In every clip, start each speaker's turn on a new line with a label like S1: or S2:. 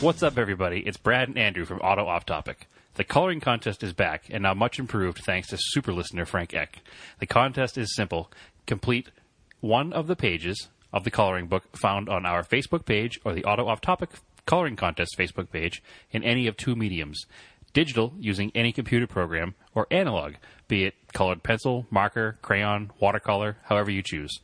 S1: What's up, everybody? It's Brad and Andrew from Auto Off Topic. The coloring contest is back and now much improved thanks to super listener Frank Eck. The contest is simple complete one of the pages of the coloring book found on our Facebook page or the Auto Off Topic Coloring Contest Facebook page in any of two mediums digital using any computer program or analog, be it colored pencil, marker, crayon, watercolor, however you choose.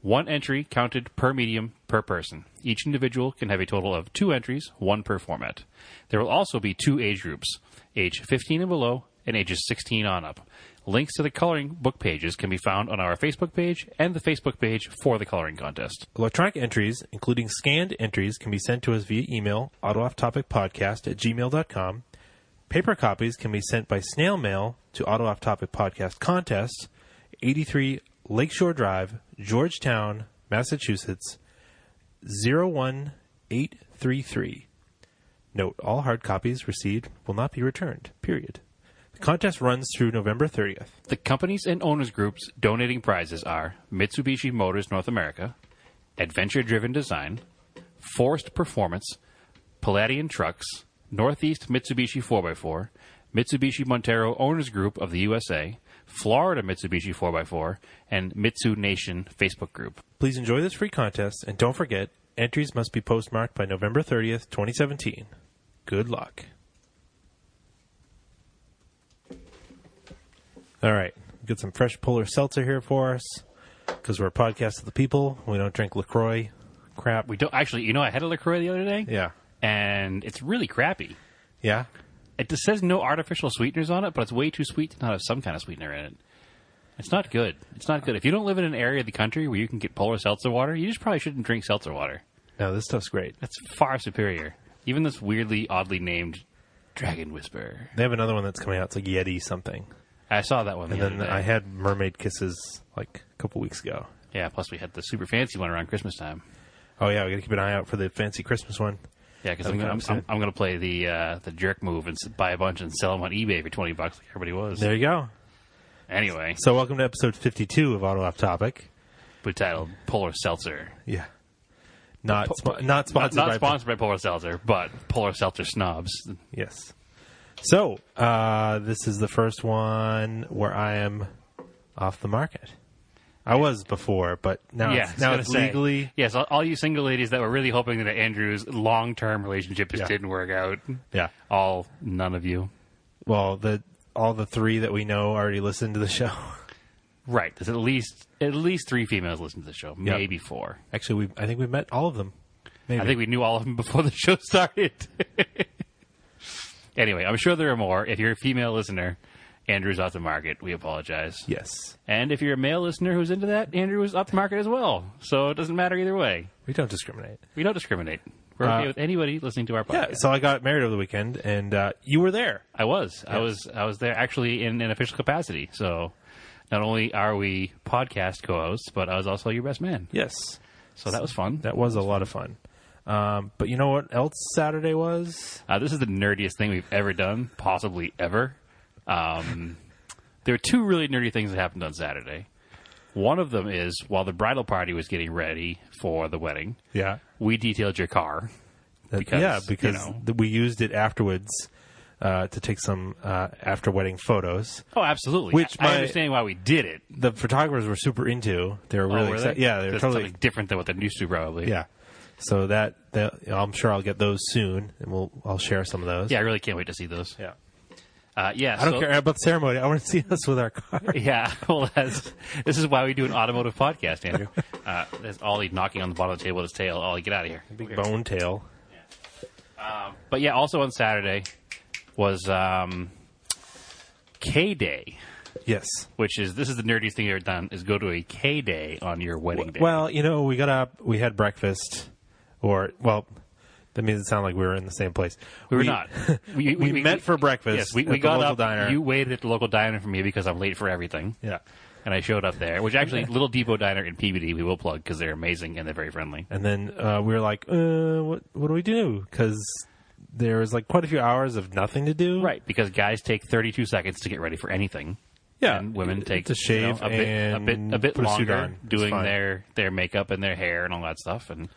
S1: One entry counted per medium per person. Each individual can have a total of two entries, one per format. There will also be two age groups, age 15 and below and ages 16 on up. Links to the coloring book pages can be found on our Facebook page and the Facebook page for the coloring contest.
S2: Electronic entries, including scanned entries, can be sent to us via email, autoofftopicpodcast at gmail.com. Paper copies can be sent by snail mail to Auto Off Topic Podcast Contest, 83 Lakeshore Drive, Georgetown, Massachusetts, 01833. Note, all hard copies received will not be returned, period. The contest runs through November 30th.
S1: The companies and owners groups donating prizes are Mitsubishi Motors North America, Adventure Driven Design, Forest Performance, Palladian Trucks, Northeast Mitsubishi 4x4, Mitsubishi Montero Owners Group of the USA, Florida Mitsubishi 4x4, and Mitsu Nation Facebook group.
S2: Please enjoy this free contest and don't forget, entries must be postmarked by November 30th, 2017. Good luck. All right, get some fresh polar seltzer here for us because we're a podcast of the people. We don't drink LaCroix crap.
S1: We don't actually, you know, I had a LaCroix the other day,
S2: Yeah.
S1: and it's really crappy.
S2: Yeah.
S1: It just says no artificial sweeteners on it, but it's way too sweet to not have some kind of sweetener in it. It's not good. It's not good. If you don't live in an area of the country where you can get polar seltzer water, you just probably shouldn't drink seltzer water.
S2: No, this stuff's great.
S1: That's far superior. Even this weirdly, oddly named Dragon Whisperer.
S2: They have another one that's coming out. It's like Yeti something.
S1: I saw that one the
S2: And
S1: other
S2: then
S1: day.
S2: I had Mermaid Kisses like a couple weeks ago.
S1: yeah, plus we had the super fancy one around Christmas time.
S2: Oh, yeah, we got to keep an eye out for the fancy Christmas one.
S1: Yeah, because
S2: That's
S1: I'm,
S2: what
S1: gonna-
S2: I'm
S1: I'm,
S2: saying.
S1: I'm, I'm going to play the uh, the jerk move and s- buy a bunch and sell them on eBay for 20 bucks like everybody was.
S2: There you go.
S1: Anyway,
S2: So, welcome to episode 52 of Auto Off Topic.
S1: we titled Polar Seltzer.
S2: Yeah. Not, spo- not
S1: Not,
S2: sponsored
S1: not
S2: by
S1: sponsored by Polar Seltzer, but Polar Seltzer snobs.
S2: Yes. So, uh, this is the first one where I am off the market. I was before, but now
S1: yeah, I
S2: it's,
S1: was
S2: now
S1: gonna
S2: it's
S1: say.
S2: legally.
S1: Yes, all, all you single ladies that were really hoping that Andrew's long term relationship just
S2: Yeah.
S1: didn't work out.
S2: Yeah.
S1: All, none of you.
S2: Well, the all the three that we know already listened to the show.
S1: Right. There's at least at least three females listen to the show, maybe four.
S2: Actually, we I think we've met all of them. Maybe.
S1: I think we knew all of them before the show started. anyway, I'm sure there are more. If you're a female listener, Andrew's off the market. We apologize.
S2: yes.
S1: And if you're a male listener who's into that, Andrew is off the market as well. So it doesn't matter either way.
S2: We don't discriminate.
S1: We don't discriminate. We're
S2: Uh,
S1: okay with anybody listening to our
S2: Yeah.
S1: podcast.
S2: So I got married over the weekend, and uh, you were there.
S1: I was. I was I was there actually in an official capacity. So not only are we podcast co hosts, but I was also your best man.
S2: Yes.
S1: So that was fun.
S2: That was a lot of fun. Um, but you know what else Saturday was?
S1: Uh, this is the nerdiest thing we've ever done, possibly ever. Um, there are two really nerdy things that happened on Saturday. One of them is while the bridal party was getting ready for the wedding,
S2: Yeah.
S1: we detailed your car.
S2: That-
S1: Because,
S2: yeah,
S1: you
S2: because
S1: know.
S2: th- we used it afterwards uh, to take some uh, after wedding photos.
S1: Oh, absolutely.
S2: Which
S1: I, I
S2: my-
S1: understand why we did it.
S2: The photographers were super into. They were
S1: Oh,
S2: really
S1: were
S2: excited.
S1: they?
S2: Yeah, they were
S1: That's
S2: totally.
S1: something different than what they're used to, probably.
S2: Yeah, so that, that I'm sure I'll get those soon, and we'll I'll share some of those.
S1: Yeah, I really can't wait to see those.
S2: yeah.
S1: Uh, yeah,
S2: I don't care about the ceremony. I want to see us with our car.
S1: Yeah, well, that's, this is why we do an automotive podcast, Andrew. Uh, there's Ollie knocking on the bottom of the table with his tail. Ollie, get out of here.
S2: Big bone tail.
S1: But yeah, also on Saturday was um, K Day,
S2: Yes.
S1: which is this is the nerdiest thing you've ever done is go to a K Day on your wedding day.
S2: Well, you know, we got up. We had breakfast, or well, that means it sounded like we were in the same place.
S1: we were not. We,
S2: we met for breakfast
S1: Yes, we,
S2: at
S1: we
S2: the
S1: got
S2: local
S1: up.
S2: diner.
S1: You waited at the local diner for me because I'm late for everything.
S2: Yeah.
S1: And I showed up there, which actually Little Depot Diner in Peabody we will plug because they're amazing and they're very friendly.
S2: And then uh, we were like, uh, what, what do we do? Because there was like quite a few hours of nothing to do.
S1: Right, because guys take 32 seconds to get ready for anything.
S2: Yeah.
S1: and women take
S2: to shave
S1: you know, a bit a
S2: and
S1: bit a bit
S2: put a suit
S1: longer
S2: on. It's
S1: doing
S2: fine.
S1: their their makeup and their hair and all that stuff. And you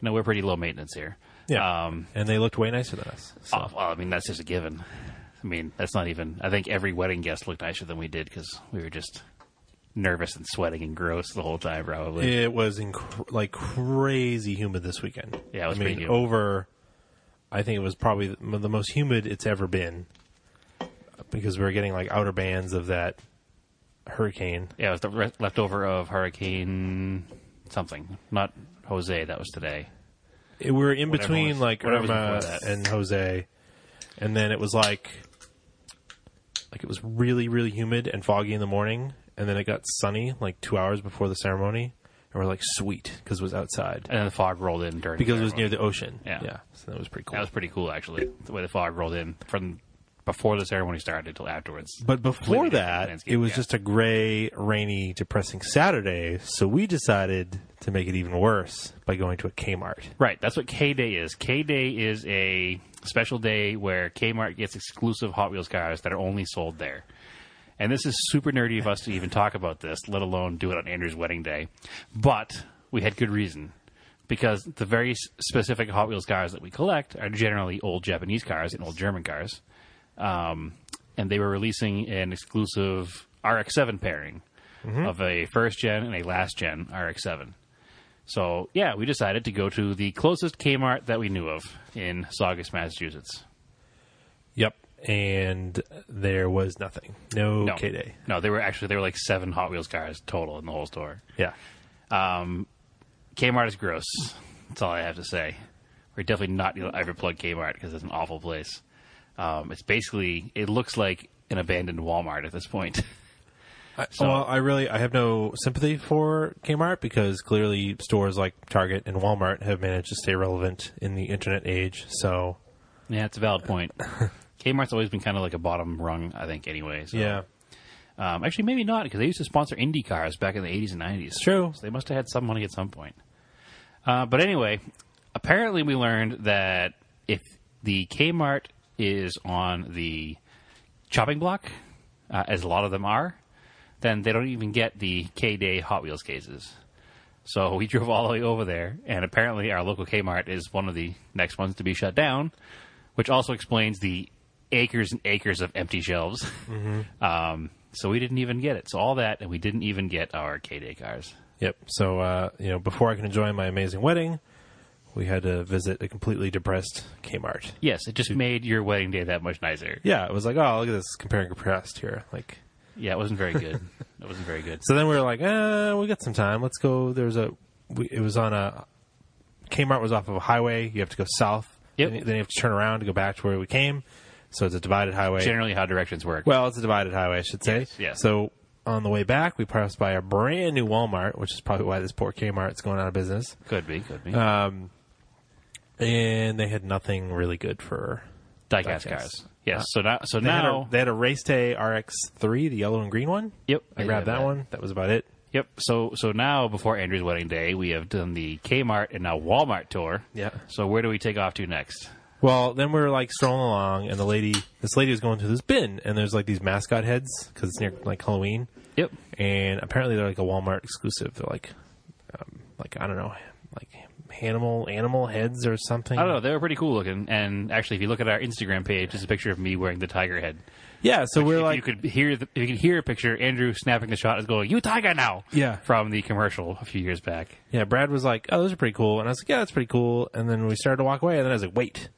S1: know, we're pretty low maintenance here.
S2: Yeah.
S1: Um,
S2: and they looked way nicer than us. So.
S1: Oh, well, I mean, that's just a given. I mean, that's not even. I think every wedding guest looked nicer than we did because we were just nervous and sweating and gross the whole time, probably.
S2: It was inc- like crazy humid this weekend.
S1: Yeah, it was
S2: I mean,
S1: pretty humid.
S2: over. I think it was probably the the most humid it's ever been because we were getting like outer bands of that hurricane.
S1: Yeah, it was the re- leftover of Hurricane something. Not Jose, that was today.
S2: It- we were in
S1: Whatever
S2: between
S1: was-
S2: like
S1: whatever was
S2: Irma
S1: before that.
S2: and Jose, and then it was like like it was really really humid and foggy in the morning, and then it got sunny like two hours before the ceremony, and we're like sweet because it was outside
S1: And then the fog rolled in during.
S2: because
S1: the
S2: it was
S1: ceremony.
S2: near the ocean.
S1: Yeah.
S2: yeah, so that was pretty cool.
S1: That was pretty cool, actually, the way the fog rolled in from before the ceremony started until afterwards.
S2: But before
S1: Completely different
S2: that,
S1: landscape,
S2: it was
S1: yeah.
S2: just a gray, rainy, depressing Saturday. So we decided to make it even worse by going to a Kmart.
S1: Right, that's what K Day is. K Day is a special day where Kmart gets exclusive Hot Wheels cars that are only sold there. And this is super nerdy of us to even talk about this, let alone do it on Andrew's wedding day. But we had good reason because the very s- specific Hot Wheels cars that we collect are generally old Japanese cars and old German cars. Um, and they were releasing an exclusive RX-7 pairing of a first gen and a last gen RX-7. So yeah, we decided to go to the closest Kmart that we knew of in Saugus, Massachusetts.
S2: Yep. And there was nothing. No,
S1: No,
S2: K Day.
S1: no, they were actually there were like seven Hot Wheels cars total in the whole store.
S2: Yeah.
S1: Kmart is gross. That's all I have to say. We're definitely not going to ever plug Kmart because it's an awful place. Um, it's basically it looks like an abandoned Walmart at this point. So-
S2: well, I really I have no sympathy for Kmart because clearly stores like Target and Walmart have managed to stay relevant in the internet age. So
S1: yeah, it's a valid point. Kmart's always been kind of like a bottom rung, I think. Anyway, so.
S2: yeah,
S1: Um, actually, maybe not because they used to sponsor Indy cars back in the eighties and nineties.
S2: true.
S1: So they must have had some money at some point. Uh, but anyway, apparently we learned that if the Kmart is on the chopping block, uh, as a lot of them are, then they don't even get the K Day Hot Wheels cases. So we drove all the way over there, and apparently our local Kmart is one of the next ones to be shut down, which also explains the acres and acres of empty shelves. Um, so we didn't even get it. So all that, and we didn't even get our K Day cars.
S2: Yep. So uh, you know, before I can enjoy my amazing wedding, we had to visit a completely depressed Kmart.
S1: Yes, it just made your wedding day that much nicer.
S2: yeah, it was like, oh, look at this compare and contrast here. Like,
S1: Yeah, it wasn't very good. it wasn't very good.
S2: so then we were like, uh, we got some time. Let's go. There was a, we, it was on a, Kmart was off of a highway. You have to go south.
S1: Yep.
S2: Then, then you have to turn around to go back to where we came. So it's a divided highway.
S1: Generally, how directions work.
S2: well, it's a divided highway, I should say.
S1: Yes, yes.
S2: So on the way back, we passed by a brand new Walmart, which is probably why this poor Kmart's going out of business.
S1: could be, could be.
S2: uh, And they had nothing really good for.
S1: Diecast
S2: diecast. Uh,
S1: cars. Yes. so now, so
S2: They, had,
S1: now,
S2: a, they had a race day RX3, the yellow and green one.
S1: yep.
S2: I
S1: they
S2: grabbed
S1: did
S2: that one. That was about it.
S1: Yep. So so now before Andrew's wedding day, we have done the Kmart and now Walmart tour.
S2: Yeah.
S1: So where do we take off to next?
S2: Well, then we were like strolling along, and the lady, this lady was going through this bin, and there's like these mascot heads because it's near like Halloween,
S1: Yep.
S2: and apparently they're like a Walmart exclusive. They're like, um, like I don't know, like animal animal heads or something.
S1: I don't know. They were pretty cool looking, and actually, if you look at our Instagram page, there's a picture of me wearing the tiger head.
S2: Yeah, so we're
S1: if
S2: like,
S1: you could hear the, if you could hear a picture, Andrew snapping the shot is going, "You tiger now!"
S2: Yeah.
S1: From the commercial a few years back.
S2: yeah. Brad was like, oh, those are pretty cool, and I was like, yeah, that's pretty cool. And then we started to walk away, and then I was like, wait,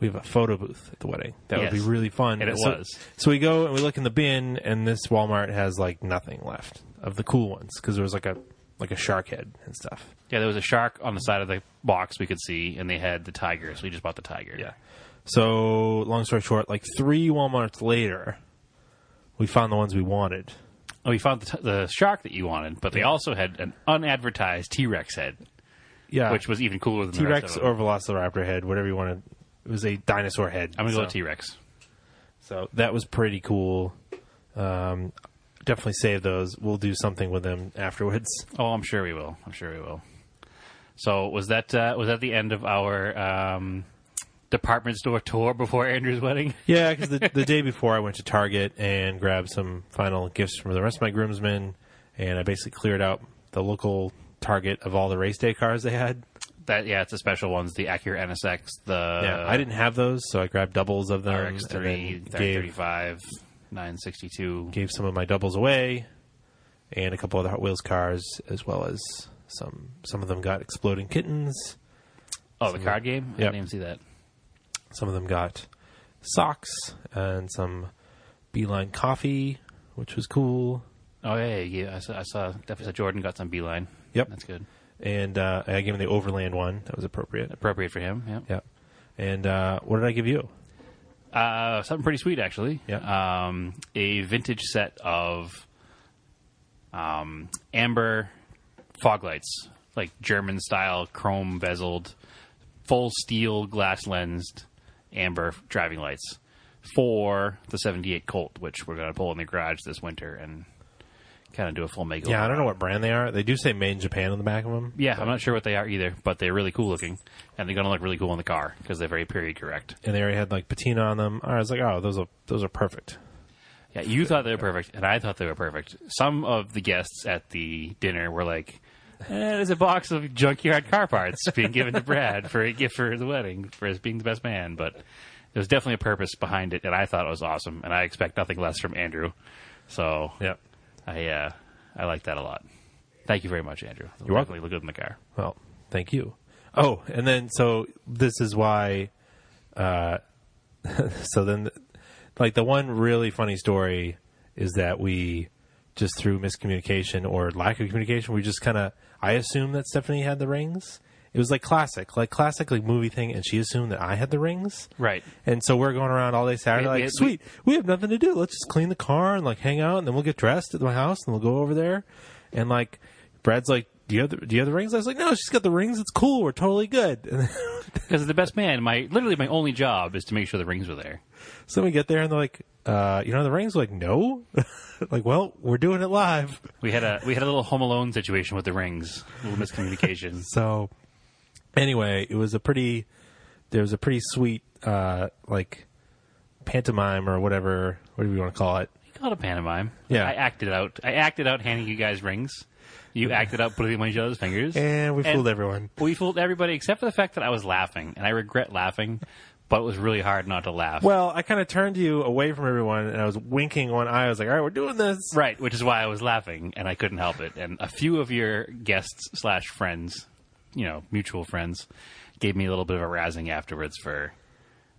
S2: we have a photo booth at the wedding. That
S1: Yes.
S2: would be really fun.
S1: And it
S2: so,
S1: was.
S2: So we go and we look in the bin, and this Walmart has like nothing left of the cool ones because there was like a like a shark head and stuff.
S1: Yeah, there was a shark on the side of the box we could see, and they had the tiger, so we just bought the tiger.
S2: Yeah. So, long story short, like three Walmarts later, we found the ones we wanted.
S1: And Oh, we found the, t- the shark that you wanted, but they also had an unadvertised T Rex head,
S2: Yeah.
S1: which was even cooler than
S2: T
S1: the
S2: Rex
S1: rest of them.
S2: or Velociraptor head, whatever you wanted. It was a dinosaur head.
S1: I'm gonna go
S2: so,
S1: with T Rex.
S2: So that was pretty cool. Um, definitely save those. We'll do something with them afterwards.
S1: Oh, I'm sure we will. I'm sure we will. So was that uh, was that the end of our um, department store tour before Andrew's wedding?
S2: Yeah, because the, the day before I went to Target and grabbed some final gifts from the rest of my groomsmen, and I basically cleared out the local Target of all the race day cars they had.
S1: that yeah, it's the special ones, the Acura NSX, the
S2: yeah, I didn't have those, so I grabbed doubles of them.
S1: RX3,
S2: and then gave,
S1: 35, 962.
S2: gave some of my doubles away, and a couple other Hot Wheels cars, as well as some some of them got exploding kittens.
S1: Oh, the card game. I
S2: Yep.
S1: didn't even see that.
S2: Some of them got socks and some Beeline coffee, which was cool.
S1: Oh yeah, yeah, yeah. I saw. I saw definitely saw Jordan got some beeline.
S2: Yep.
S1: that's good.
S2: And uh, I gave him the Overland one. That was appropriate.
S1: Appropriate for him. Yep.
S2: Yeah. And uh, what did I give you?
S1: Uh, something pretty sweet actually.
S2: Yeah.
S1: Um, a vintage set of um, amber fog lights, like German style, chrome bezeled, full steel glass lensed amber driving lights for the '78 Colt, which we're gonna pull in the garage this winter and kind of do a full makeover.
S2: Yeah, I don't know what brand they are. They do say made in Japan on the back of them.
S1: Yeah, I'm not sure what they are either, but they're really cool looking, and they're going to look really cool in the car because they're very period correct.
S2: And they already had like patina on them. I was like, oh, those are those are perfect.
S1: Yeah, you thought they were perfect, and I thought they were perfect. Some of the guests at the dinner were like, eh, "There's a box of junkyard car parts being given to Brad for a gift for the wedding for his being the best man," but there was definitely a purpose behind it, and I thought it was awesome, and I expect nothing less from Andrew. So
S2: Yeah.
S1: I uh, I like that a lot. Thank you very much, Andrew.
S2: You're welcome.
S1: Definitely Look good in the car.
S2: Well, thank you. Oh, and then so this is why. Uh, so then, like the one really funny story is that we just through miscommunication or lack of communication, we just kind of I assumed that Stephanie had the rings. It was like classic, like classic, like movie thing, and she assumed that I had the rings.
S1: Right.
S2: And so we're going around all day Saturday,
S1: We-
S2: like,
S1: we-
S2: sweet, we have nothing to do. Let's just clean the car and like hang out, and then we'll get dressed at my house, and we'll go over there. And like, Brad's like, do you have the, do you have the rings? I was like, no, she's got the rings. It's cool. We're totally good. And then,
S1: Because the best man, my literally my only job is to make sure the rings were there.
S2: so we get there, and they're like, uh, you know, the rings. We're like, no. like, well, we're doing it live.
S1: We had a we had a little home alone situation with the rings, a little miscommunication.
S2: So anyway, it was a pretty there was a pretty sweet uh like pantomime or whatever whatever you want to call it.
S1: you call it a pantomime.
S2: Yeah.
S1: I acted out. I acted out handing you guys rings. You acted out putting them on each other's fingers.
S2: And we
S1: And-
S2: fooled everyone.
S1: we fooled everybody except for the fact that I was laughing, and I regret laughing, but it was really hard not to laugh.
S2: Well, I kind of turned you away from everyone and I was winking one eye. I was like, "All right, we're doing this."
S1: Right, which is why I was laughing, and I couldn't help it. And a few of your guests slash friends, you know, mutual friends, gave me a little bit of a razzing afterwards for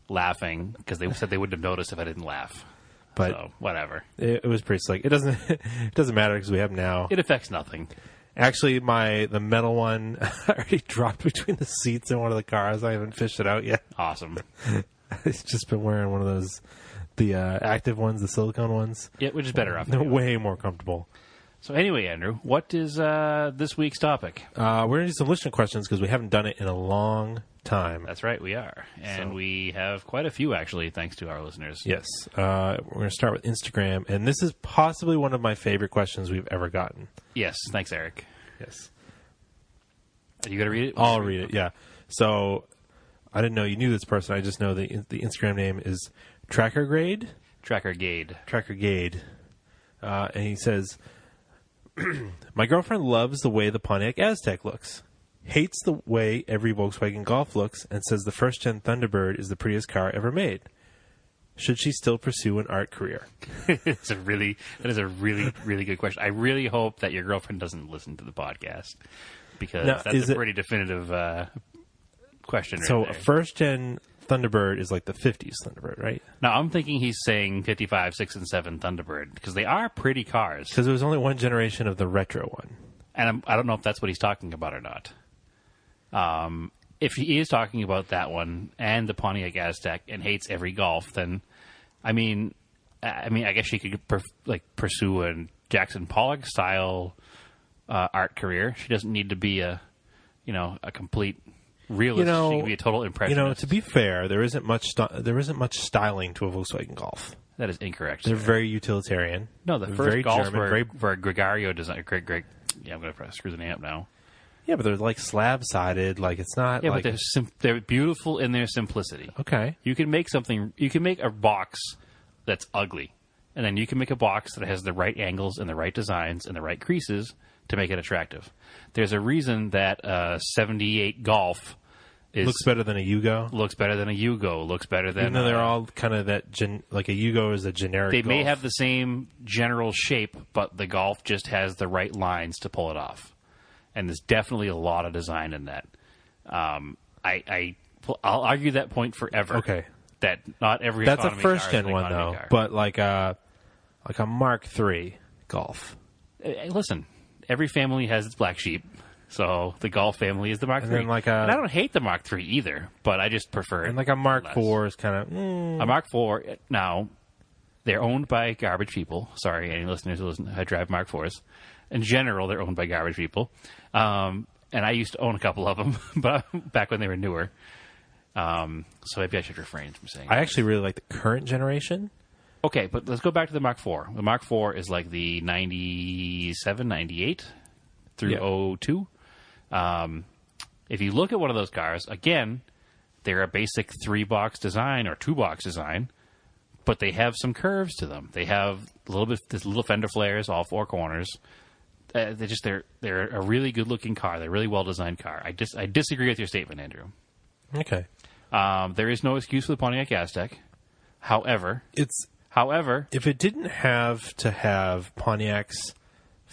S1: laughing because they said they wouldn't have noticed if I didn't laugh.
S2: But
S1: so whatever,
S2: it, it was pretty slick. It doesn't it doesn't matter cuz we have 'em now.
S1: it affects nothing.
S2: Actually, my the metal one already dropped between the seats in one of the cars. I haven't fished it out yet.
S1: Awesome.
S2: it's just been wearing one of those the uh, active ones, the silicone ones.
S1: Yeah, which is better off.
S2: They're way more comfortable.
S1: So anyway, Andrew, what is uh, this week's topic?
S2: Uh, we're gonna do some listener questions because we haven't done it in a long time.
S1: That's right, we are, and we have quite a few actually, thanks to our listeners.
S2: Yes, uh, we're gonna start with Instagram, and this is possibly one of my favorite questions we've ever gotten.
S1: Yes, thanks, Eric.
S2: Yes,
S1: Are you gonna read it?
S2: I'll read it. Yeah. So I didn't know you knew this person. I just know the the Instagram name is Tracker Grade.
S1: Tracker Gade.
S2: Tracker Gade, uh, and he says, "My girlfriend loves the way the Pontiac Aztec looks, hates the way every Volkswagen Golf looks, and says the first gen Thunderbird is the prettiest car ever made. Should she still pursue an art career?
S1: It's a really that is a really really good question. I really hope that your girlfriend doesn't listen to the podcast because
S2: Now,
S1: that's
S2: is
S1: a
S2: it-
S1: pretty definitive uh, question. Right
S2: So
S1: there.
S2: a first gen Thunderbird is like the '50s Thunderbird, right?
S1: now I'm thinking he's saying 55, 6, and 7 Thunderbird because they are pretty cars,
S2: Because there was only one generation of the retro one.
S1: and I'm, I don't know if that's what he's talking about or not. Um, if he is talking about that one and the Pontiac Aztec and hates every Golf, then I mean, I I mean, I guess she could per- like pursue a Jackson Pollock style uh, art career. She doesn't need to be a, you know, a complete realist.
S2: You know-
S1: she could be a total
S2: You
S1: impressionist.
S2: know, to be fair, there isn't much sti- there isn't much styling to a Volkswagen Golf.
S1: that is incorrect.
S2: They're very utilitarian.
S1: No, the first
S2: very
S1: golfs
S2: German,
S1: were,
S2: very
S1: were Gregario design. Greg, Greg, yeah, I'm going to screw the name up now.
S2: Yeah, but they're like slab sided. Like it's not.
S1: Yeah,
S2: like,
S1: but they're sim- they're beautiful in their simplicity.
S2: okay.
S1: You can make something. You can make a box that's ugly, and then you can make a box that has the right angles and the right designs and the right creases to make it attractive. There's a reason that uh, 78 Golf is
S2: Looks better than a Yugo.
S1: looks better than a Yugo, looks better than
S2: Even though they're
S1: uh,
S2: all kind of that gen- like a Yugo is a generic.
S1: They may
S2: Golf.
S1: have the same general shape, but the golf just has the right lines to pull it off. And there's definitely a lot of design in that. Um, I, I I'll argue that point forever.
S2: Okay.
S1: That not every
S2: That's a
S1: economy
S2: first
S1: car is
S2: gen
S1: an
S2: one though,
S1: economy car.
S2: but like a like a Mark III Golf.
S1: Uh, hey, listen, every family has its black sheep. So the golf family is the Mark
S2: And
S1: III.
S2: then like a-
S1: and I don't hate the Mark III either, but I just prefer it.
S2: And like a Mark
S1: less.
S2: IV is kind of mm,
S1: A Mark IV now, they're owned by garbage people. Sorry, any listeners who listen who drive Mark IVs. In general, they're owned by garbage people. Um, and I used to own a couple of them, but back when they were newer. Um, so maybe I should refrain from saying.
S2: I actually really like the current generation.
S1: okay, but let's go back to the Mark IV. The Mark IV is like the 97, 98 through
S2: Yeah.
S1: oh two. 02. Um, if you look at one of those cars, again, they're a basic three box design or two box design, but they have some curves to them. They have a little bit this little fender flares, all four corners. Uh, they just they're they're a really good looking car. They're a really well designed car. I dis- I disagree with your statement, Andrew.
S2: Okay.
S1: Um, there is no excuse for the Pontiac Aztec. However,
S2: It's
S1: however,
S2: if it didn't have to have Pontiac's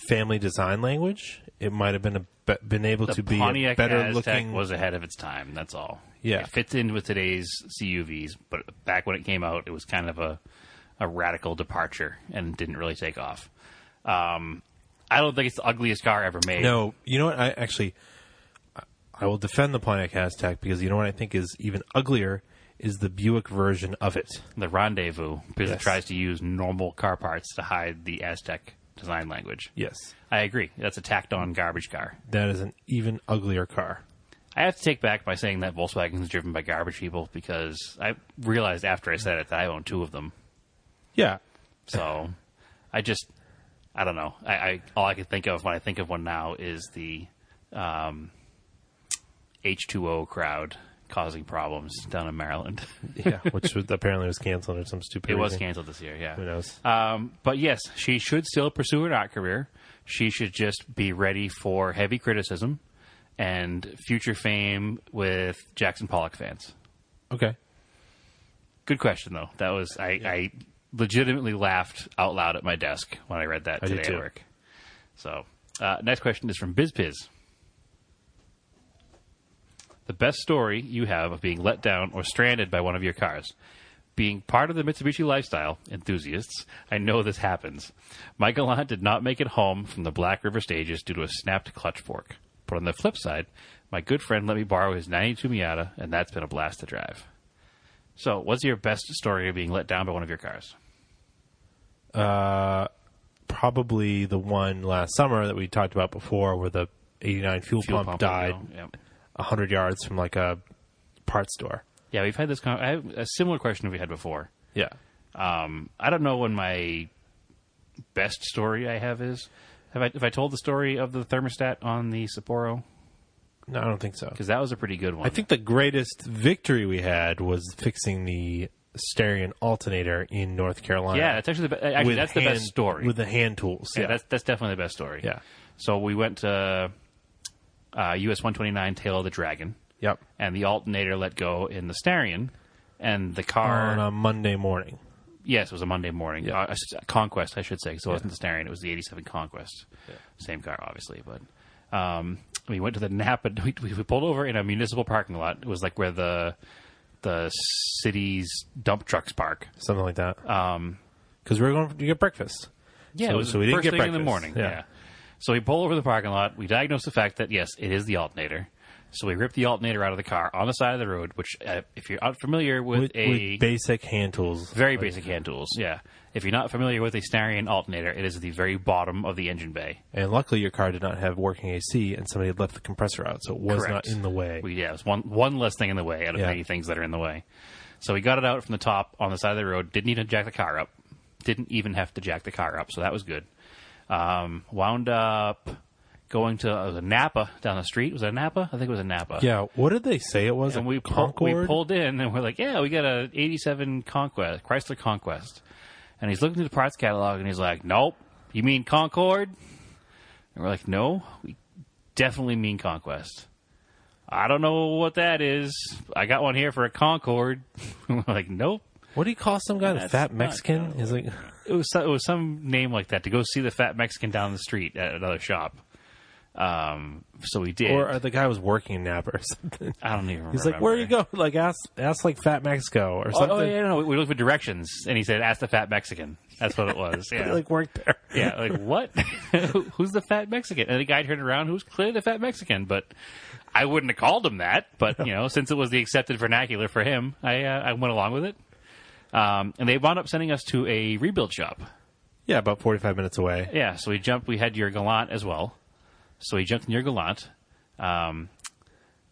S2: family design language, it might have been a, be- been able to be
S1: Pontiac
S2: a better
S1: Aztec
S2: looking.
S1: was ahead of its time. That's all.
S2: Yeah.
S1: it fits in with today's CUVs, but back when it came out, it was kind of a a radical departure and didn't really take off. Um, I don't think it's the ugliest car ever made.
S2: no, you know what? I actually I- I will defend the Pontiac Aztec because you know what I think is even uglier is the Buick version of it.
S1: the Rendezvous because
S2: Yes.
S1: it tries to use normal car parts to hide the Aztec design language.
S2: Yes,
S1: I agree. That's a tacked on garbage car.
S2: that is an even uglier car.
S1: I have to take back by saying that Volkswagen is driven by garbage people because I realized after I said it that I own two of them.
S2: Yeah,
S1: So I just I don't know. I, I all I can think of when I think of one now is the um, H2O crowd causing problems down in Maryland.
S2: yeah, which was, apparently was canceled or some stupid.
S1: It was
S2: reason.
S1: canceled this year, yeah.
S2: Who knows?
S1: Um, but yes, she should still pursue an art career. She should just be ready for heavy criticism and future fame with Jackson Pollock fans.
S2: Okay.
S1: Good question, though. That was I, I legitimately laughed out loud at my desk when I read that
S2: I did
S1: today at
S2: too.
S1: work. So, uh, next question is from BizPiz. The best story you have of being let down or stranded by one of your cars. Being part of the Mitsubishi lifestyle, enthusiasts, I know this happens. My Galant did not make it home from the Black River stages due to a snapped clutch fork. But on the flip side, my good friend let me borrow his 92 Miata, and that's been a blast to drive. So, what's your best story of being let down by one of your cars?
S2: probably the one last summer that we talked about before where the 89 fuel,
S1: Fuel
S2: pump,
S1: pump,
S2: died
S1: you know, yeah.
S2: 100 yards from like a parts store.
S1: Yeah, we've had this. Con- I have a similar question we had before.
S2: Yeah.
S1: Um, I don't know when my best story I have is. Have I, have I told the story of the thermostat on the Sapporo?
S2: No, I don't think so.
S1: Because that was a pretty good one.
S2: I think the greatest victory we had was fixing the Starion alternator in North Carolina.
S1: yeah, it's actually the, be- uh, actually that's the
S2: hand-
S1: best story.
S2: With the hand tools.
S1: yeah, that's that's definitely the best story.
S2: Yeah.
S1: So we went to uh, US 129 Tail of the Dragon,
S2: Yep.
S1: and the alternator let go in the Starion, and the car
S2: On a Monday morning.
S1: Yes, it was a Monday morning. Uh, I should- Conquest, I should say, because it wasn't the Starion. It was the 87 Conquest. Same car, obviously. But um, we went to the Napa. We, we pulled over in a municipal parking lot. It was like where the the city's dump trucks park.
S2: Something like that. Um, Because we were going to get breakfast.
S1: Yeah,
S2: So-
S1: it was
S2: so we
S1: the
S2: didn't
S1: first
S2: get
S1: thing in the
S2: breakfast.
S1: morning.
S2: Yeah.
S1: Yeah. So we pull over the parking lot. We diagnose the fact that yes, it is the alternator. So we rip the alternator out of the car on the side of the road. Which, uh, if you're unfamiliar with,
S2: With,
S1: a
S2: with basic hand tools.
S1: Very basic hand tools, uh, yeah. If you're not familiar with a Starion alternator, it is at the very bottom of the engine bay.
S2: And luckily, your car did not have working AC, and somebody had left the compressor out, so it was
S1: Correct.
S2: not in the way.
S1: We, yeah, it's one one less thing in the way out of
S2: Yeah.
S1: many things that are in the way. So we got it out from the top on the side of the road. Didn't even jack the car up. Didn't even have to jack the car up, so that was good. Um, wound up going to uh, Napa down the street. Was that Napa? I think it was a Napa.
S2: yeah, what did they say it was?
S1: And
S2: a
S1: we, pull,
S2: Concord?
S1: we pulled in and we're like, yeah, we got a 87 Conquest, Chrysler Conquest. And he's looking through the parts catalog and he's like, nope, you mean Concord? And we're like, no, we definitely mean conquest. I don't know what that is. I got one here for a Concord. we're like, nope.
S2: What do you call some guy? The
S1: That's
S2: fat
S1: not
S2: Mexican? He's like,
S1: It was so- it was some name like that to go see the fat Mexican down the street at another shop. Um, so we did.
S2: or the guy was working in Napa or something.
S1: I don't even.
S2: He's like, where you go? Like ask, ask like Fat Mexico or
S1: Oh,
S2: something.
S1: oh yeah, no, we looked for directions, and he said, "Ask the fat Mexican." That's what it was. Yeah,
S2: Like worked there.
S1: yeah, like what? Who- Who's the fat Mexican? And the guy turned around, who's clearly the fat Mexican, but I wouldn't have called him that. But you know, since it was the accepted vernacular for him, I uh, I went along with it. Um, and they wound up sending us to a rebuild shop.
S2: Yeah, about forty five minutes away.
S1: Yeah, so we jumped. We had your Gallant as well. So we jumped near Gallant. Um,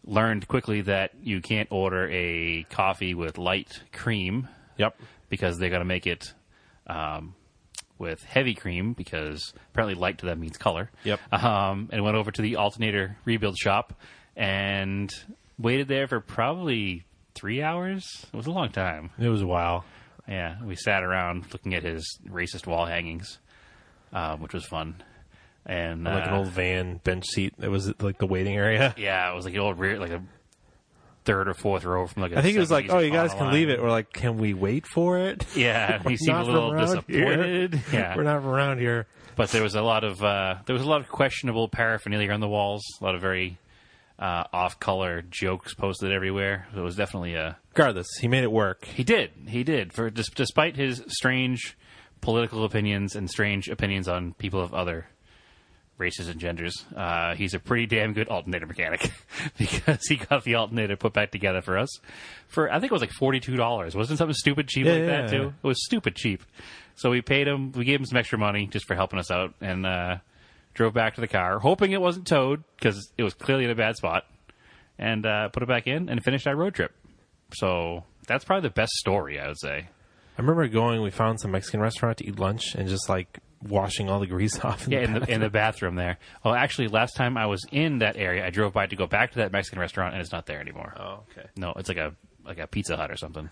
S1: learned quickly that you can't order a coffee with light cream
S2: Yep.
S1: because they're going to make it um, with heavy cream because apparently light to them means color.
S2: Yep.
S1: Um, and went over to the alternator rebuild shop and waited there for probably three hours. It was a long time.
S2: It was a while.
S1: Yeah, we sat around looking at his racist wall hangings, um, which was fun. And
S2: Like an
S1: uh,
S2: old van bench seat that was like the waiting area.
S1: yeah, it was like an old rear, like a third or fourth row from like. I
S2: I think it was like, oh, you guys can leave it. We're like, can we wait for it?
S1: Yeah, he seemed a
S2: Not from
S1: little
S2: around here.
S1: disappointed. Yeah,
S2: We're not from around here.
S1: but there was a lot of uh, there was a lot of questionable paraphernalia on the walls. A lot of very uh, off-color jokes posted everywhere. It was definitely a
S2: Regardless, he made it work.
S1: he did he did for dis- despite his strange political opinions and strange opinions on people of other races and genders. Uh, he's a pretty damn good alternator mechanic because he got the alternator put back together for us for I think it was like forty two dollars. Wasn't it something stupid cheap like
S2: Yeah,
S1: that
S2: yeah.
S1: too? It was stupid cheap. So we paid him. We gave him some extra money just for helping us out and uh, drove back to the car, hoping it wasn't towed because it was clearly in a bad spot. And uh, put it back in and finished our road trip. So that's probably the best story I would say.
S2: I remember going. We found some Mexican restaurant to eat lunch and just like washing all the grease off. in
S1: Yeah,
S2: the
S1: in the in the bathroom there. Oh, actually, last time I was in that area, I drove by to go back to that Mexican restaurant, and it's not there anymore.
S2: Oh, okay. Oh.
S1: No, it's like a like a Pizza Hut or something.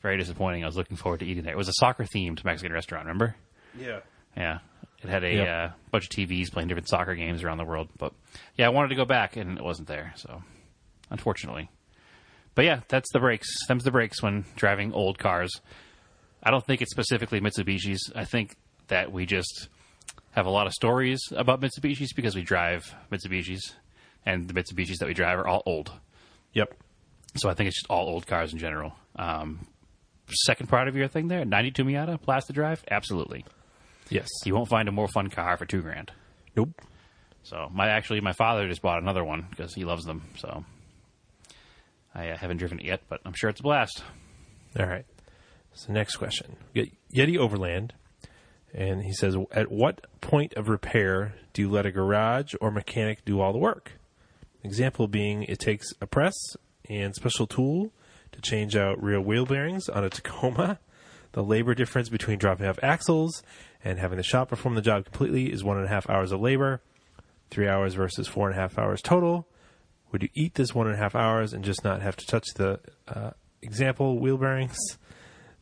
S1: Very disappointing. I was looking forward to eating there. It was a soccer themed Mexican restaurant. Remember?
S2: Yeah.
S1: Yeah, it had a
S2: Yep.
S1: uh, bunch of TVs playing different soccer games around the world. But yeah, I wanted to go back, and it wasn't there. So unfortunately, but yeah, that's the brakes. Them's the brakes when driving old cars. I don't think it's specifically Mitsubishi's. I think that we just have a lot of stories about Mitsubishi's because we drive Mitsubishi's, and the Mitsubishi's that we drive are all old.
S2: Yep.
S1: So I think it's just all old cars in general. Um, second part of your thing there, 92 Miata, Plasta Drive, absolutely.
S2: Yes.
S1: You won't find a more fun car for two grand.
S2: Nope.
S1: So my actually my father just bought another one because he loves them. So I uh, haven't driven it yet, but I'm sure it's a blast.
S2: All right. So next question. We got Yeti Overland, and he says, at what point of repair do you let a garage or mechanic do all the work? Example being, it takes a press and special tool to change out rear wheel bearings on a Tacoma. The labor difference between dropping off axles and having the shop perform the job completely is one and a half hours of labor, three hours versus four and a half hours total. Would you eat this one and a half hours and just not have to touch the uh, example wheel bearings?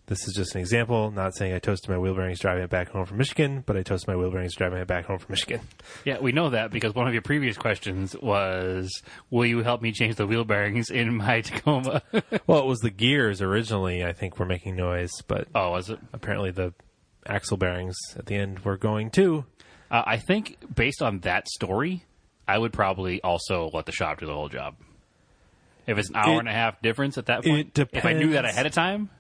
S2: This is just an example. Not saying I toasted my wheel bearings driving it back home from Michigan, but I toasted my wheel bearings driving it back home from Michigan.
S1: Yeah, we know that because one of your previous questions was, "Will you help me change the wheel bearings in my Tacoma?"
S2: Well, it was the gears originally. I think were making noise, but
S1: oh, was it?
S2: apparently the axle bearings at the end were going too.
S1: Uh, I think based on that story, I would probably also let the shop do the whole job. If it's an hour
S2: It-
S1: and a half difference at that point,
S2: it
S1: if I knew that
S2: depends.
S1: ahead of time,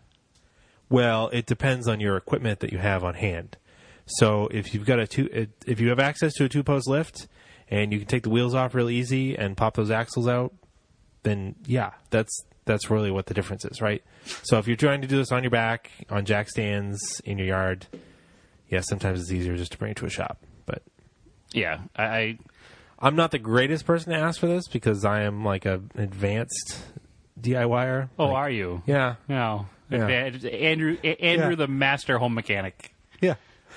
S2: Well, it depends on your equipment that you have on hand. So if you've got a two, if you have access to a two post lift and you can take the wheels off real easy and pop those axles out, then yeah, that's that's really what the difference is, right? So if you're trying to do this on your back, on jack stands in your yard, yeah, sometimes it's easier just to bring it to a shop. But
S1: yeah, I, I
S2: I'm not the greatest person to ask for this because I am like a advanced DIYer.
S1: oh,
S2: Like,
S1: are you?
S2: er. yeah,
S1: No.
S2: Yeah.
S1: Andrew, A- Andrew,
S2: Yeah.
S1: the master home mechanic.
S2: yeah.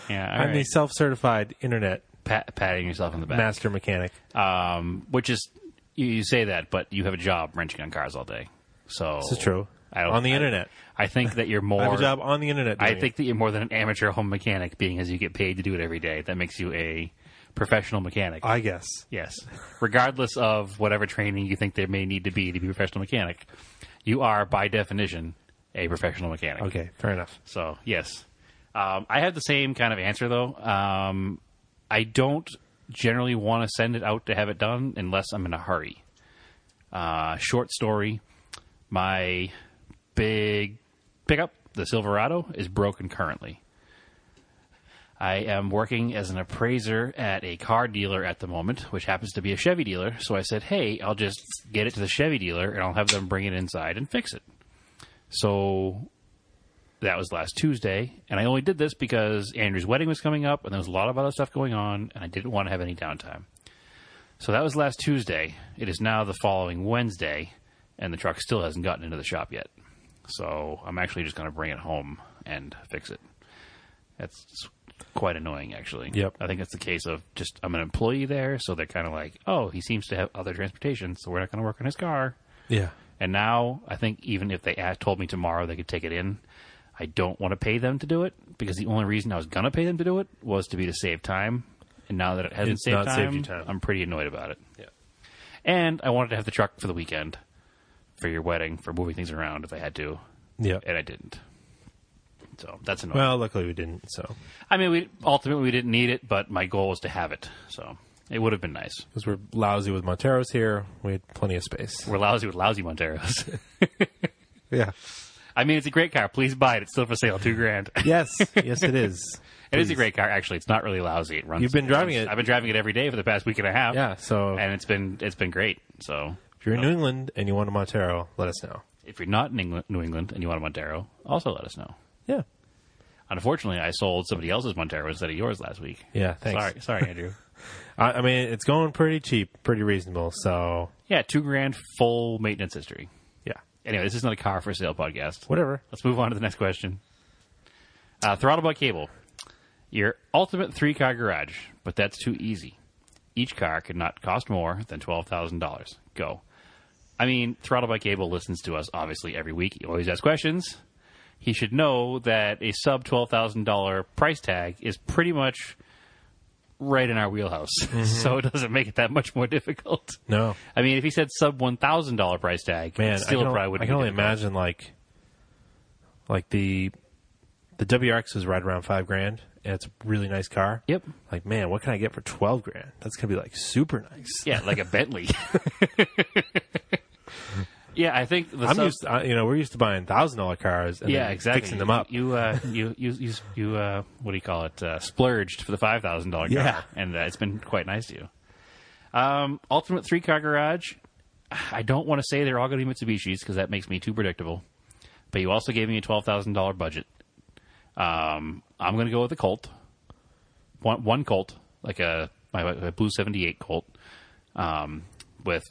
S1: Yeah, all
S2: I'm the
S1: right.
S2: self-certified internet
S1: Pat, patting yourself on the back.
S2: master mechanic.
S1: Um, which is you, you say that, but you have a job wrenching on cars all day. So
S2: This is true.
S1: I don't-
S2: on the
S1: I-
S2: internet.
S1: I think that you're
S2: I have a
S1: more.
S2: job on the internet.
S1: I
S2: doing
S1: think that you're more than an amateur home mechanic, being as you get paid to do it every day. That makes you a professional mechanic.
S2: I guess.
S1: Yes. Regardless of whatever training you think there may need to be to be a professional mechanic, you are, by definition, a professional mechanic.
S2: Okay, fair enough.
S1: So, yes. Um, I have the same kind of answer, though. Um, I don't generally want to send it out to have it done unless I'm in a hurry. Uh, short story my big pickup, the Silverado, is broken currently. I am working as an appraiser at a car dealer at the moment, which happens to be a Chevy dealer. So I said, hey, I'll just get it to the Chevy dealer and I'll have them bring it inside and fix it. So that was last Tuesday. And I only did this because Andrew's wedding was coming up and there was a lot of other stuff going on and I didn't want to have any downtime. So that was last Tuesday. It is now the following Wednesday and the truck still hasn't gotten into the shop yet. So I'm actually just going to bring it home and fix it. That's quite annoying, actually.
S2: Yep.
S1: I think it's the case of just I'm an employee there, so they're kind of like, oh, he seems to have other transportation, so we're not going to work on his car.
S2: Yeah.
S1: And now I think even if they asked, told me tomorrow they could take it in, I don't want to pay them to do it because the only reason I was gonna pay them to do it was to be to save time. And now that it hasn't
S2: It's
S1: saved,
S2: not
S1: time,
S2: saved you time.
S1: I'm pretty annoyed about it.
S2: Yeah.
S1: And I wanted to have the truck for the weekend for your wedding for moving things around if I had to,
S2: Yeah.
S1: and I didn't. So that's annoying.
S2: Well, luckily we didn't. So
S1: I mean, we ultimately we didn't need it, but my goal was to have it, so it would have been nice.
S2: because we're lousy with Monteros here, we had plenty of space.
S1: We're lousy with lousy Monteros.
S2: Yeah.
S1: I mean, it's a great car. Please buy it. It's still for sale. Two grand.
S2: Yes. Yes, it is.
S1: It is a great car, actually. It's not really lousy. It runs.
S2: You've been driving
S1: runs-
S2: it.
S1: I've been driving it every day for the past week and a half.
S2: Yeah. So
S1: and it's been it's been great. So
S2: if you're in New England and you want a Montero, let us know.
S1: if you're not in England, New England and you want a Montero, also let us know.
S2: Yeah.
S1: Unfortunately, I sold somebody else's Montero instead of yours last week.
S2: Yeah. Thanks.
S1: Sorry, sorry, Andrew.
S2: I, I mean, it's going pretty cheap, pretty reasonable. So
S1: yeah, two grand full maintenance history.
S2: yeah.
S1: Anyway, this is not a car for sale podcast.
S2: Whatever.
S1: Let's move on to the next question. Uh, throttle by cable. Your ultimate three car garage, but that's too easy. Each car could not cost more than $12,000. Go. I mean, Throttle by Cable listens to us obviously every week. He always asks questions. He should know that a sub $12,000 price tag is pretty much right in our wheelhouse.
S2: Mm-hmm.
S1: so it doesn't make it that much more difficult.
S2: No.
S1: I mean, if he said sub $1,000 price tag,
S2: Man,
S1: it still
S2: I can,
S1: probably would
S2: I can only imagine like like the the WRX is right around five grand, and it's a really nice car.
S1: Yep.
S2: Like, man, what can I get for twelve grand? That's gonna be like super nice.
S1: Yeah, like a Bentley. yeah, I think the
S2: I'm
S1: sub-
S2: used, to, I- you know, we're used to buying thousand dollar cars. And
S1: yeah,
S2: then
S1: exactly.
S2: Fixing them up.
S1: You uh, you you you, you uh, what do you call it? Uh, splurged for the five thousand dollar car,
S2: Yeah.
S1: and uh, it's been quite nice to you. Um, ultimate three car garage. I don't want to say they're all going to be Mitsubishi's because that makes me too predictable. But you also gave me a twelve thousand dollar budget. Um, I'm going to go with a Colt. One one Colt, like a my, my blue seventy eight Colt, um, with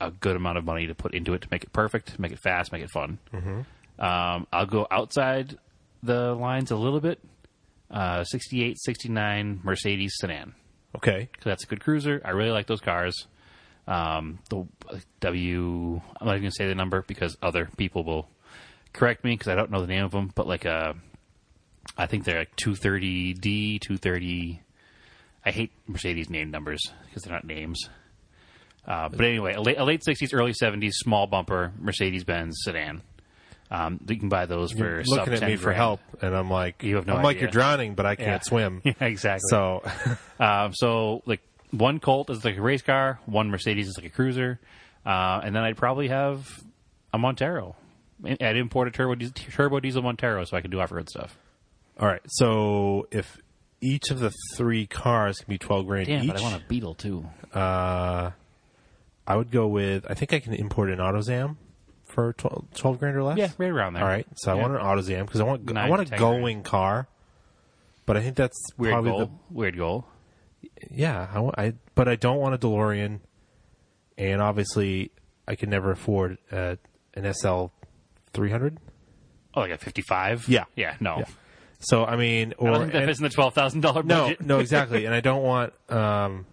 S1: a good amount of money to put into it to make it perfect, make it fast, make it fun. Um, I'll go outside the lines a little bit. Uh, 68, 69 Mercedes sedan.
S2: okay.
S1: 'Cause that's a good cruiser. I really like those cars. Um, the uh, W, I'm not even going to say the number because other people will correct me because I don't know the name of them, but like, uh, I think they're like 230D, 230. I hate Mercedes name numbers because they're not names. Uh, but anyway, a late, a late 60s, early 70s, small bumper Mercedes Benz sedan. Um, you can buy those for
S2: You're
S1: sub
S2: looking at
S1: 10
S2: me for
S1: grand.
S2: help, and I'm like,
S1: You have no
S2: I'm like,
S1: idea.
S2: you're drowning, but I can't
S1: Yeah.
S2: swim.
S1: Yeah, exactly.
S2: So,
S1: Um, so like one Colt is like a race car, one Mercedes is like a cruiser, uh, and then I'd probably have a Montero. And I'd import a turbo diesel, turbo diesel Montero so I could do off road stuff.
S2: all right. So if each of the three cars can be twelve grand
S1: Damn,
S2: each,
S1: but I want a Beetle too.
S2: I would go with. I think I can import an AutoZam for 12, 12 grand or less.
S1: Yeah, right around there.
S2: All right. So I
S1: Yeah.
S2: want an AutoZam because I want
S1: Nine
S2: I
S1: to
S2: want a
S1: 10 grand.
S2: going car. But I think that's
S1: Weird
S2: probably
S1: goal. Weird goal.
S2: the yeah. I, wa- I but I don't want a DeLorean, and obviously I can never afford uh, an SL three hundred.
S1: Oh, like a fifty-five.
S2: Yeah.
S1: yeah. No,
S2: So I mean, or
S1: I don't think that
S2: and-
S1: fits in the twelve thousand dollar
S2: no,
S1: budget.
S2: no, exactly. And I don't want. um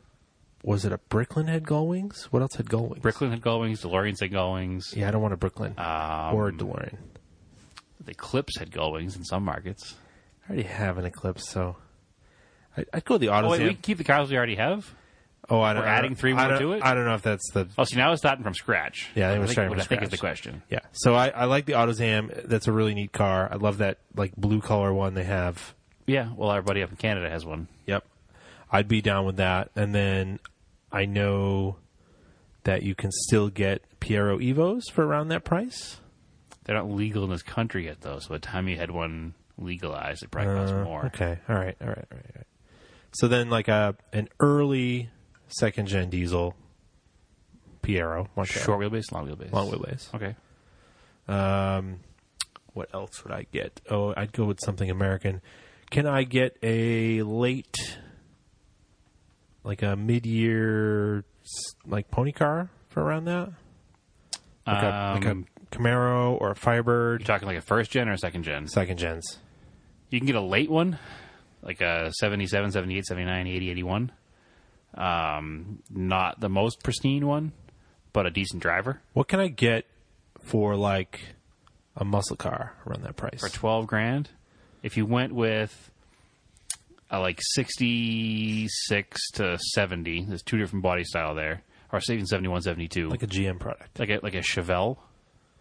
S2: Was it a Brooklyn had gull wings? What else had gull wings?
S1: Bricklin had Gullwings, DeLoreans had Gullwings,
S2: Yeah, I don't want a Brooklyn
S1: Um,
S2: or a DeLorean.
S1: the Clips had Gullwings in some markets.
S2: I already have an Eclipse, so I, I'd go with the
S1: Oh, wait,
S2: Autozam.
S1: we can keep the cars we already have.
S2: oh, I don't,
S1: we're
S2: I don't-
S1: adding three
S2: I
S1: more
S2: don't-
S1: to it?
S2: I don't know if that's the
S1: Oh, see, now it's starting from scratch.
S2: Yeah, I think we're
S1: I think,
S2: starting
S1: what
S2: from
S1: I think is the
S2: scratch.
S1: question.
S2: Yeah. So I, I like the AutoZam. That's a really neat car. I love that like blue color one they have.
S1: Yeah, well, our buddy up in Canada has one.
S2: Yep. I'd be down with that. And then I know that you can still get Piero Evos for around that price.
S1: They're not legal in this country yet, though. So by the time you had one legalized, it probably costs
S2: Uh,
S1: more.
S2: Okay. All right. All right. All right. All right. So then like a an early second gen diesel Piero. Mark out.
S1: Short wheelbase, long wheelbase,
S2: Long wheelbase.
S1: Okay.
S2: Um, what else would I get? Oh, I'd go with something American. Can I get a late, like a mid-year, s- like pony car for around that? Like a, like
S1: Um,
S2: a Camaro or a
S1: You're
S2: Firebird,
S1: talking like a first gen or a second gen?
S2: second gens.
S1: You can get a late one, like a 77, 78, 79, 80, 81. Um, not the most pristine one, but a decent driver.
S2: What can I get for like a muscle car around that price?
S1: for 12 grand. If you went with uh, like 66 to 70, there's two different body style there, or even 71, 72,
S2: like
S1: like
S2: a GM product.
S1: a, like a Chevelle.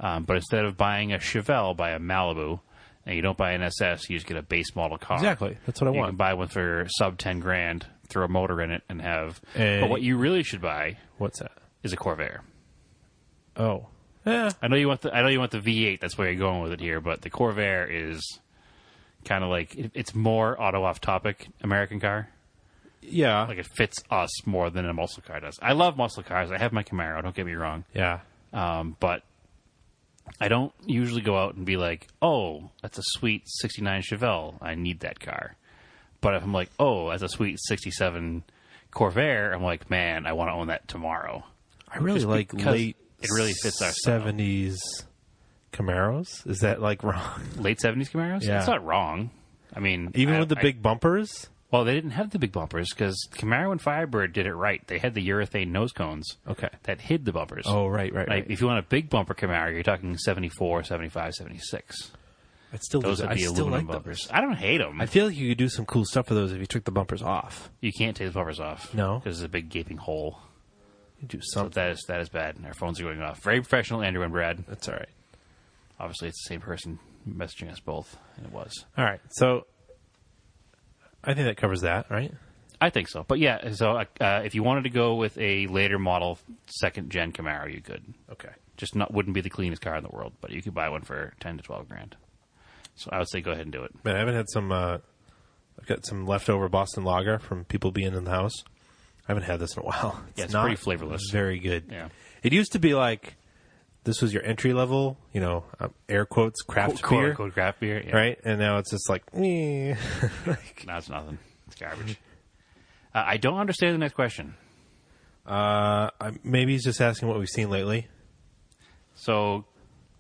S1: Um, but instead of buying a Chevelle, buy a Malibu. And you don't buy an SS, you just get a base model car.
S2: Exactly. That's what I
S1: You
S2: want.
S1: can buy one for sub 10 grand, throw a motor in it, and have.
S2: And-
S1: but what you really should buy
S2: What's that?
S1: is a Corvair.
S2: Oh, yeah.
S1: I know you want the I know you want the V8. That's where you're going with it here, but the Corvair is kind of like it, it's more auto off topic American car.
S2: Yeah.
S1: Like it fits us more than a muscle car does. I love muscle cars. I have my Camaro. Don't get me wrong,
S2: yeah.
S1: um, but I don't usually go out and be like, "Oh, that's a sweet '69 Chevelle. I need that car." But if I'm like, "Oh, that's a sweet '67 Corvair," I'm like, "Man, I want to own that tomorrow."
S2: I really
S1: Just
S2: like
S1: because
S2: late.
S1: it really fits our style.
S2: seventies Camaros. Is that like wrong?
S1: Late '70s Camaros.
S2: Yeah.
S1: It's not wrong. I mean,
S2: Even
S1: I-
S2: with the
S1: I-
S2: big bumpers.
S1: Well, they didn't have the big bumpers because Camaro and Firebird did it right. They had the urethane nose cones
S2: Okay.
S1: that hid the bumpers.
S2: Oh right, right,
S1: Like,
S2: right.
S1: if you want a big bumper Camaro, you're talking 74, 75, 76.
S2: I still
S1: Those
S2: lose-
S1: would be
S2: I still
S1: aluminum
S2: like
S1: bumpers.
S2: Those.
S1: I don't hate them.
S2: I feel like you could do some cool stuff with those if you took the bumpers off.
S1: you can't take the bumpers off.
S2: No.
S1: Because it's a big gaping hole.
S2: You do
S1: So
S2: something.
S1: that is that is bad. Our phones are going off. Very professional, Andrew and Brad.
S2: That's all right.
S1: Obviously, it's the same person messaging us both, and it was.
S2: All right. So I think that covers that, right?
S1: I think so. But yeah, so uh, if you wanted to go with a later model second gen Camaro, you could.
S2: Okay.
S1: just not wouldn't be the cleanest car in the world, but you could buy one for ten to twelve grand. So I would say go ahead and do it.
S2: Man, I haven't had some. Uh, I've got some leftover Boston Lager from people being in the house. I haven't had this in a while. It's,
S1: it's
S2: not
S1: pretty flavorless.
S2: Very good.
S1: Yeah.
S2: It used to be like this was your entry level, you know, um, air quotes craft
S1: Quote,
S2: beer,
S1: unquote craft beer, yeah.
S2: right? And now it's just like, eh. like
S1: No, it's nothing. It's garbage. uh, I don't understand the next question.
S2: uh, I- maybe he's just asking what we've seen lately.
S1: So,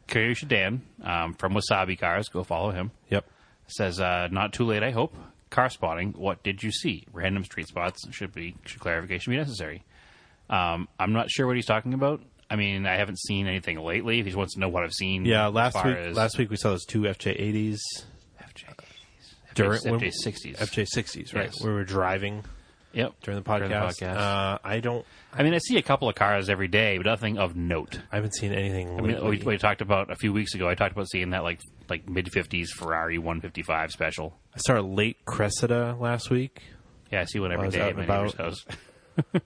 S1: Kiryusha Dan um, from Wasabi Cars, go follow him.
S2: Yep.
S1: Says uh, not too late, I hope. Car spotting. What did you see? Random street spots should be should clarification be necessary. Um, I'm not sure what he's talking about. I mean, I haven't seen anything lately. If he wants to know what I've seen,
S2: Yeah,
S1: as
S2: last
S1: far
S2: week
S1: as-
S2: last week we saw those two FJ80s
S1: FJ,
S2: during when-
S1: FJ60s.
S2: FJ60s, right?
S1: Yes.
S2: We were driving
S1: Yep.
S2: during the podcast. Uh, I don't
S1: I mean, I see a couple of cars every day, but nothing of note.
S2: I haven't seen anything
S1: I mean, oh,
S2: lately.
S1: we, we talked about a few weeks ago. I talked about seeing that like like mid fifties Ferrari one fifty five special.
S2: I saw a late Cressida last week.
S1: Yeah, I see one every
S2: was
S1: day
S2: out
S1: at my
S2: and about.
S1: neighbor's house.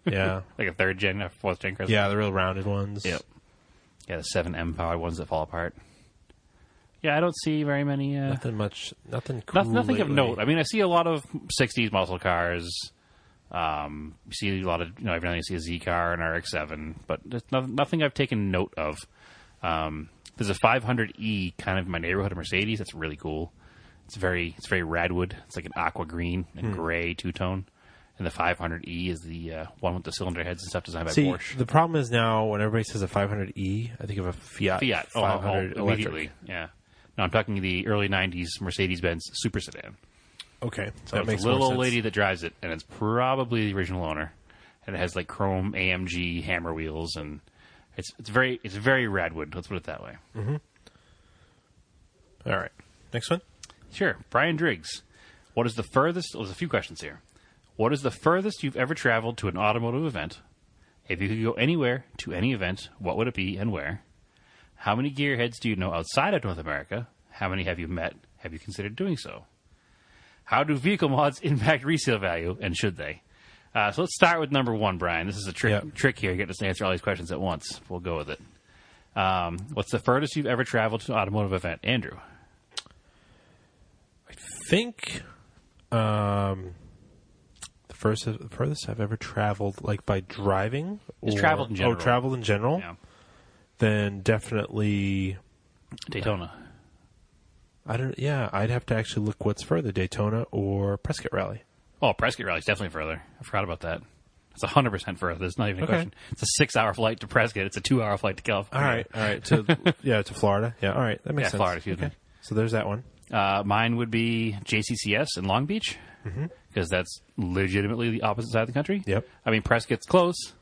S2: Yeah.
S1: like a third gen, a fourth gen Chrysler.
S2: yeah, the real rounded ones.
S1: Yep. Yeah, the seven M powered ones that fall apart. Yeah, I don't see very many. Uh,
S2: Nothing much nothing cool.
S1: nothing, nothing of
S2: lately.
S1: note. I mean, I see a lot of '60s muscle cars. Um, you see a lot of you know every now and then you see a Z car and RX-7, but there's nothing, nothing I've taken note of. Um, there's a 500e kind of in my neighborhood a Mercedes. That's really cool. It's very it's very radwood. It's like an aqua green and gray two tone. And the 500e is the uh, one with the cylinder heads and stuff designed by
S2: See,
S1: Porsche.
S2: the problem is now when everybody says a 500e, I think of a Fiat.
S1: Fiat, oh,
S2: 500
S1: oh,
S2: electric.
S1: immediately, yeah. No, I'm talking the early '90s Mercedes-Benz Super Sedan.
S2: Okay,
S1: So
S2: that
S1: it's
S2: makes
S1: a little
S2: more
S1: old
S2: sense.
S1: lady that drives it, and it's probably the original owner. And it has like chrome AMG hammer wheels, and it's it's very it's very radwood. Let's put it that way.
S2: All right, next one.
S1: Sure, Brian Driggs. What is the furthest? Well, there's a few questions here. What is the furthest you've ever traveled to an automotive event? If you could go anywhere to any event, what would it be and where? How many gearheads do you know outside of North America? How many have you met? Have you considered doing so? How do vehicle mods impact resale value, and should they? Uh, so let's start with number one, Brian. This is a trick
S2: Yeah.
S1: trick here. Getting us to answer all these questions at once. We'll go with it. Um, what's the furthest you've ever traveled to an automotive event, Andrew?
S2: think um, the first the furthest I've ever traveled, like by driving,
S1: Just
S2: or-
S1: traveled in general.
S2: Oh, traveled in general.
S1: Yeah.
S2: Then definitely,
S1: Daytona.
S2: I don't. Yeah, I'd have to actually look what's further, Daytona or Prescott Rally.
S1: Oh, Prescott Rally's definitely further. I forgot about that. It's hundred percent further. It's not even a
S2: Okay.
S1: question. It's a six-hour flight to Prescott. It's a two-hour flight to
S2: All
S1: California.
S2: right, all right. To yeah, to Florida. Yeah, all right. That makes
S1: Yeah,
S2: sense.
S1: Florida, excuse me.
S2: So there's that one.
S1: Uh, mine would be JCCS in Long Beach because that's legitimately the opposite side of the country.
S2: Mm-hmm. Yep.
S1: I mean, Prescott's close,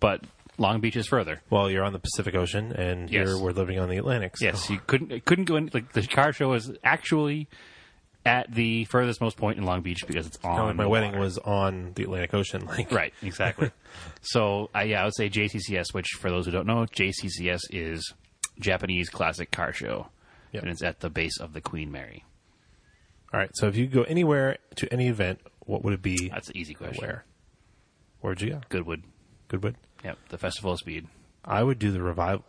S1: but Long Beach is further.
S2: Well, you're on the Pacific Ocean, and
S1: Yes.
S2: here we're living on the Atlantic. so-
S1: Yes, you couldn't it couldn't go in. Like the car show is actually at the furthest most point in Long Beach because it's on
S2: Kinda like my
S1: the
S2: wedding
S1: water.
S2: was on the Atlantic Ocean. Like,
S1: Right, exactly. so, uh, yeah, I would say JCCS, which for those who don't know, JCCS is Japanese Classic Car Show,
S2: Yep.
S1: and it's at the base of the Queen Mary.
S2: All right. So if you could go anywhere to any event, what would it be?
S1: That's the easy question.
S2: Where? Where'd you go?
S1: Goodwood.
S2: Goodwood.
S1: Yep, the Festival of Speed.
S2: I would do the revival.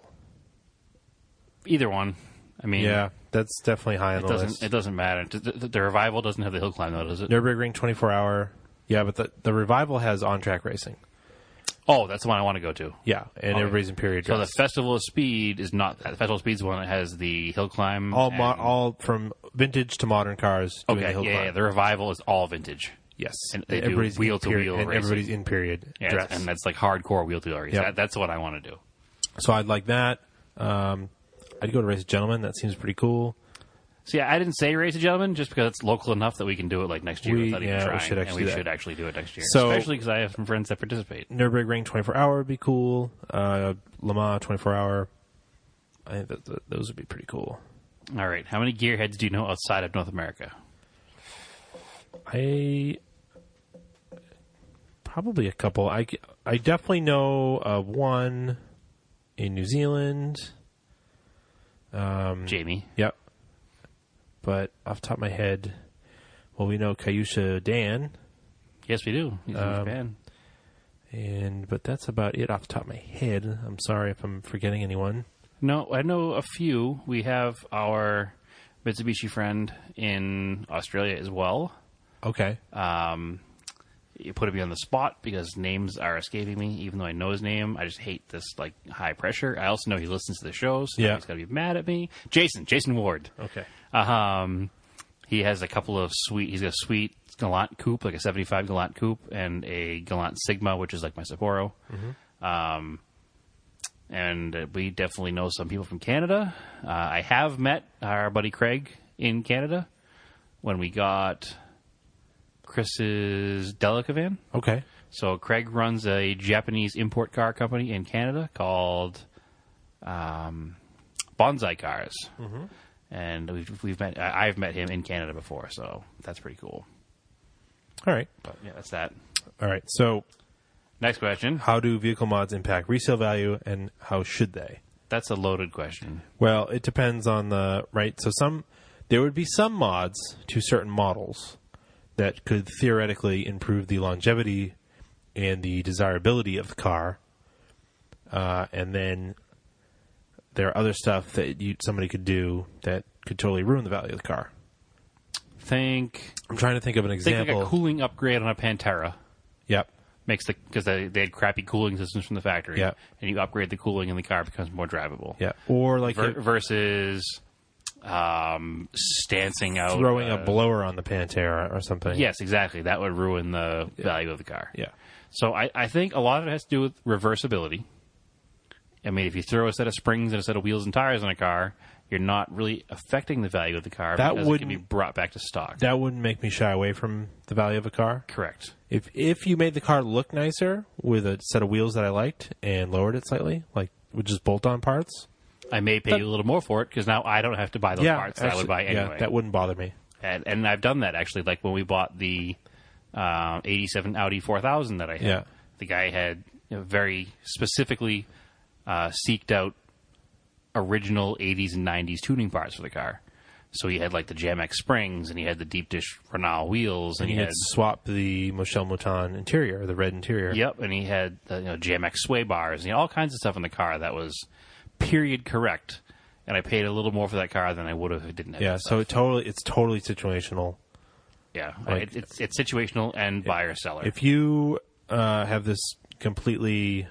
S1: Either one. I mean,
S2: Yeah, that's definitely high on
S1: it
S2: the
S1: doesn't
S2: list.
S1: it doesn't matter. Th- th- The, revival doesn't have the hill climb though, does it?
S2: Nurburgring 24 hour. Yeah, but the, the revival has on track racing.
S1: Oh, that's the one I want to go to.
S2: Yeah, and everybody's in period
S1: So the
S2: dress.
S1: Festival of Speed is not that. The Festival of Speed is the one that has the hill climb.
S2: all mo-
S1: and-
S2: all from vintage to modern cars. Doing
S1: okay,
S2: the hill
S1: yeah,
S2: climb.
S1: yeah, the revival is all vintage.
S2: yes,
S1: and they do
S2: everybody's in
S1: wheel-to-wheel
S2: period- and
S1: racing.
S2: everybody's in period
S1: Yeah,
S2: dress.
S1: it's- and that's like hardcore wheel to wheel race.
S2: Yep.
S1: That, that's what I want to do.
S2: so I'd like that. Um, I'd go to race a gentleman. That seems pretty cool.
S1: So yeah, I didn't say race a gentleman just because it's local enough that we can do it like next year
S2: We-
S1: without
S2: yeah,
S1: even
S2: we
S1: trying,
S2: should
S1: and
S2: actually
S1: we
S2: do
S1: should
S2: that.
S1: actually do it next year.
S2: So-
S1: Especially because I have some friends that participate.
S2: Nurburgring 24 hour would be cool. Uh, Le Mans 24 hour. I think that, that- those would be pretty cool.
S1: All right, how many gearheads do you know outside of North America?
S2: I probably a couple. I, I definitely know uh, one in New Zealand. Mm.
S1: Jamie,
S2: Yep. But off the top of my head, well, we know Kayusha Dan,
S1: yes, we do. He's in
S2: Um,
S1: Japan.
S2: and but that's about it off the top of my head. I'm sorry if I'm forgetting anyone.
S1: No, I know a few. We have our Mitsubishi friend in Australia as well.
S2: Okay.
S1: You put me on the spot because names are escaping me. Even though I know his name, I just hate this like high pressure. I also know he listens to the show, so now
S2: Yeah.
S1: he's gonna be mad at me. Jason, Jason Ward.
S2: okay.
S1: Um, he has a couple of sweet. He's got a sweet Galant coupe, like a seventy-five Galant coupe, and a Galant Sigma, which is like my Sapporo. Um, and uh, we definitely know some people from Canada. Uh, I have met our buddy Craig in Canada when we got Chris's Delicavan.
S2: Okay.
S1: So Craig runs a Japanese import car company in Canada called um, Bonsai Cars, mm-hmm. and we've we've met I- I've met him in Canada before, so that's pretty cool.
S2: All right.
S1: But yeah, that's that.
S2: All right. So
S1: Next question.
S2: how do vehicle mods impact resale value and how should they?
S1: That's a loaded question.
S2: Well, it depends on the right. So some there would be some mods to certain models that could theoretically improve the longevity and the desirability of the car. Uh, and then there are other stuff that you, somebody could do that could totally ruin the value of the car.
S1: Think
S2: I'm trying to think of an
S1: think
S2: example.
S1: like a cooling upgrade on a Pantera
S2: yep.
S1: makes the because they, they had crappy cooling systems from the factory,
S2: Yeah.
S1: and you upgrade the cooling and the car becomes more drivable.
S2: Yeah. Or like
S1: Ver-
S2: a-
S1: versus um, stancing out
S2: throwing a
S1: uh,
S2: blower on the Pantera or something.
S1: Yes, exactly. That would ruin the value of the car.
S2: Yeah.
S1: So I, I think a lot of it has to do with reversibility. I mean, if you throw a set of springs and a set of wheels and tires on a car, you're not really affecting the value of the car
S2: That
S1: because it can be
S2: wouldn't-
S1: brought back to stock.
S2: That wouldn't make me shy away from the value of a car.
S1: Correct.
S2: If if you made the car look nicer with a set of wheels that I liked and lowered it slightly, like with just bolt-on parts,
S1: I may pay you a little more for it because now I don't have to buy those parts that I would buy
S2: actually- yeah,
S1: anyway.
S2: that wouldn't bother me.
S1: and, and I've done that actually. Like when we bought the uh, 87 Audi 4000 that I had.
S2: Yeah.
S1: The guy had you know, very specifically uh, seeked out original 80s and 90s tuning parts for the car. So he had like the Jamex springs, and he had the deep dish Renault wheels, and,
S2: You
S1: he
S2: had
S1: had
S2: to swap the Michel Mouton interior, the red interior.
S1: Yep, and he had uh, you know Jamex sway bars, and all kinds of stuff in the car that was period correct. And I paid a little more for that car than I would have if it didn't have.
S2: Yeah,
S1: that
S2: so it totally it's totally situational.
S1: stuff. yeah, it, it's it's situational and buyer seller.
S2: If you uh, have this completely,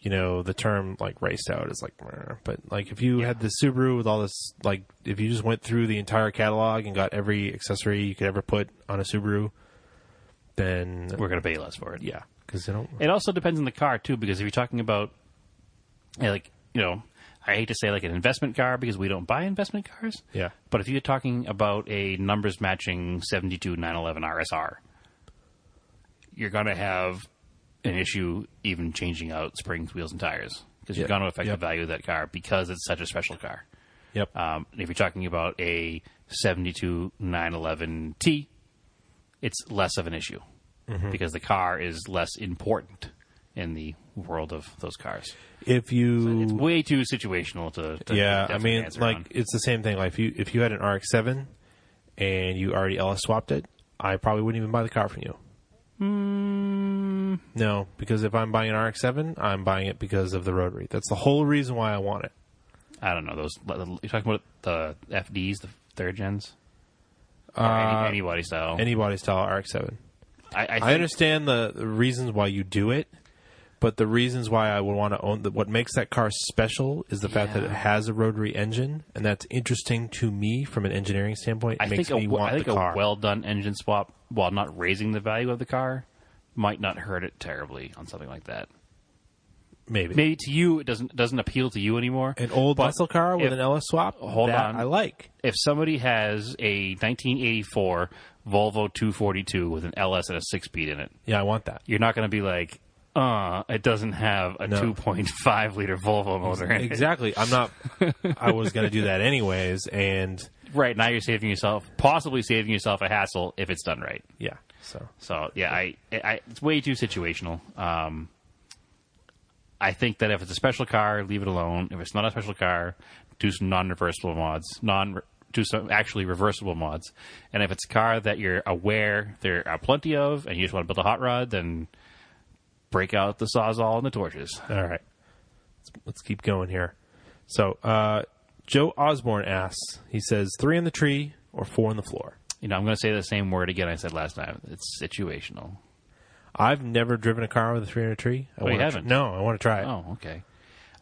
S2: you know, the term like raced out is like, "Meh," but like if you had the Subaru with all this, like if you just went through the entire catalog and got every accessory you could ever put on a Subaru, then
S1: We're going to pay less for it.
S2: yeah, because they don't.
S1: It also depends on the car too, because if you're talking about eh, like you know, I hate to say like an investment car because we don't buy investment cars.
S2: Yeah.
S1: But if you're talking about a numbers matching 72 911 RSR, you're going to have an issue even changing out springs, wheels, and tires because you're
S2: Yeah.
S1: going to affect
S2: Yep.
S1: the value of that car because it's such a special car.
S2: Yep.
S1: Um, and if you're talking about a 72 911T, it's less of an issue
S2: Mm-hmm.
S1: because the car is less important in the world of those cars.
S2: if you
S1: It's way too situational to, to
S2: yeah, I
S1: definitely
S2: mean,
S1: answer
S2: like
S1: on.
S2: it's the same thing. Like if you if you had an RX-7 and you already LS swapped it, I probably wouldn't even buy the car from you. No, because if I'm buying an RX-7, I'm buying it because of the rotary. That's the whole reason why I want it.
S1: I don't know those. You're talking about the FDs, the third gens, or any, any body style.
S2: Uh, Any body style RX-7.
S1: I, I, think,
S2: I understand the, the reasons why you do it, but the reasons why I would want to own the, what makes that car special is the fact that
S1: Yeah.
S2: it has a rotary engine, and that's interesting to me from an engineering standpoint. It
S1: I
S2: makes
S1: think, a,
S2: me
S1: w-
S2: want
S1: I think
S2: the car.
S1: a well done engine swap, while not raising the value of the car, might not hurt it terribly on something like that.
S2: maybe.
S1: Maybe to you it doesn't doesn't appeal to you anymore.
S2: an old
S1: But
S2: muscle car with
S1: if-
S2: an LS swap.
S1: Hold
S2: that
S1: on.
S2: I like.
S1: If somebody has a 1984 Volvo 242 with an LS and a six speed in it,
S2: Yeah, I want that.
S1: you're not going to be like, uh, it doesn't have a
S2: No.
S1: 2.5 liter Volvo motor in it.
S2: Exactly. I'm not. I was going to do that anyways, and
S1: Right now, you're saving yourself, possibly saving yourself a hassle if it's done right.
S2: yeah. So
S1: So yeah, I, I it's way too situational. Um, I think that if it's a special car, leave it alone. If it's not a special car, do some non-reversible mods, non do some actually reversible mods. And if it's a car that you're aware there are plenty of, and you just want to build a hot rod, then break out the sawzall and the torches.
S2: all right, let's, let's keep going here. So uh, Joe Osborne asks. He says three on the tree or four on the floor.
S1: You know, I'm going to say the same word again I said last time. It's situational.
S2: I've never driven a car with a three on a tree. I
S1: Oh, you
S2: wanna tr-
S1: haven't?
S2: no, I want to try it.
S1: Oh, okay.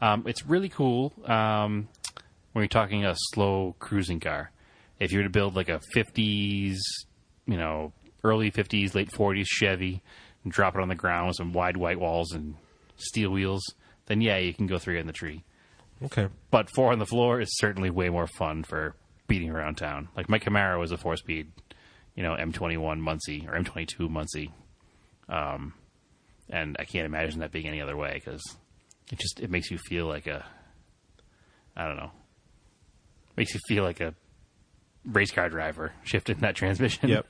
S1: Um, it's really cool um, when you're talking a slow cruising car. If you were to build like a 50s, you know, early 50s, late 40s Chevy and drop it on the ground with some wide white walls and steel wheels, then yeah, you can go three on the tree.
S2: Okay.
S1: But four on the floor is certainly way more fun for beating around town. Like my Camaro was a four speed, you know, M21 Muncie or M22 Muncie. Um, and I can't imagine that being any other way because it just it makes you feel like a, I don't know, makes you feel like a race car driver shifting that transmission.
S2: Yep.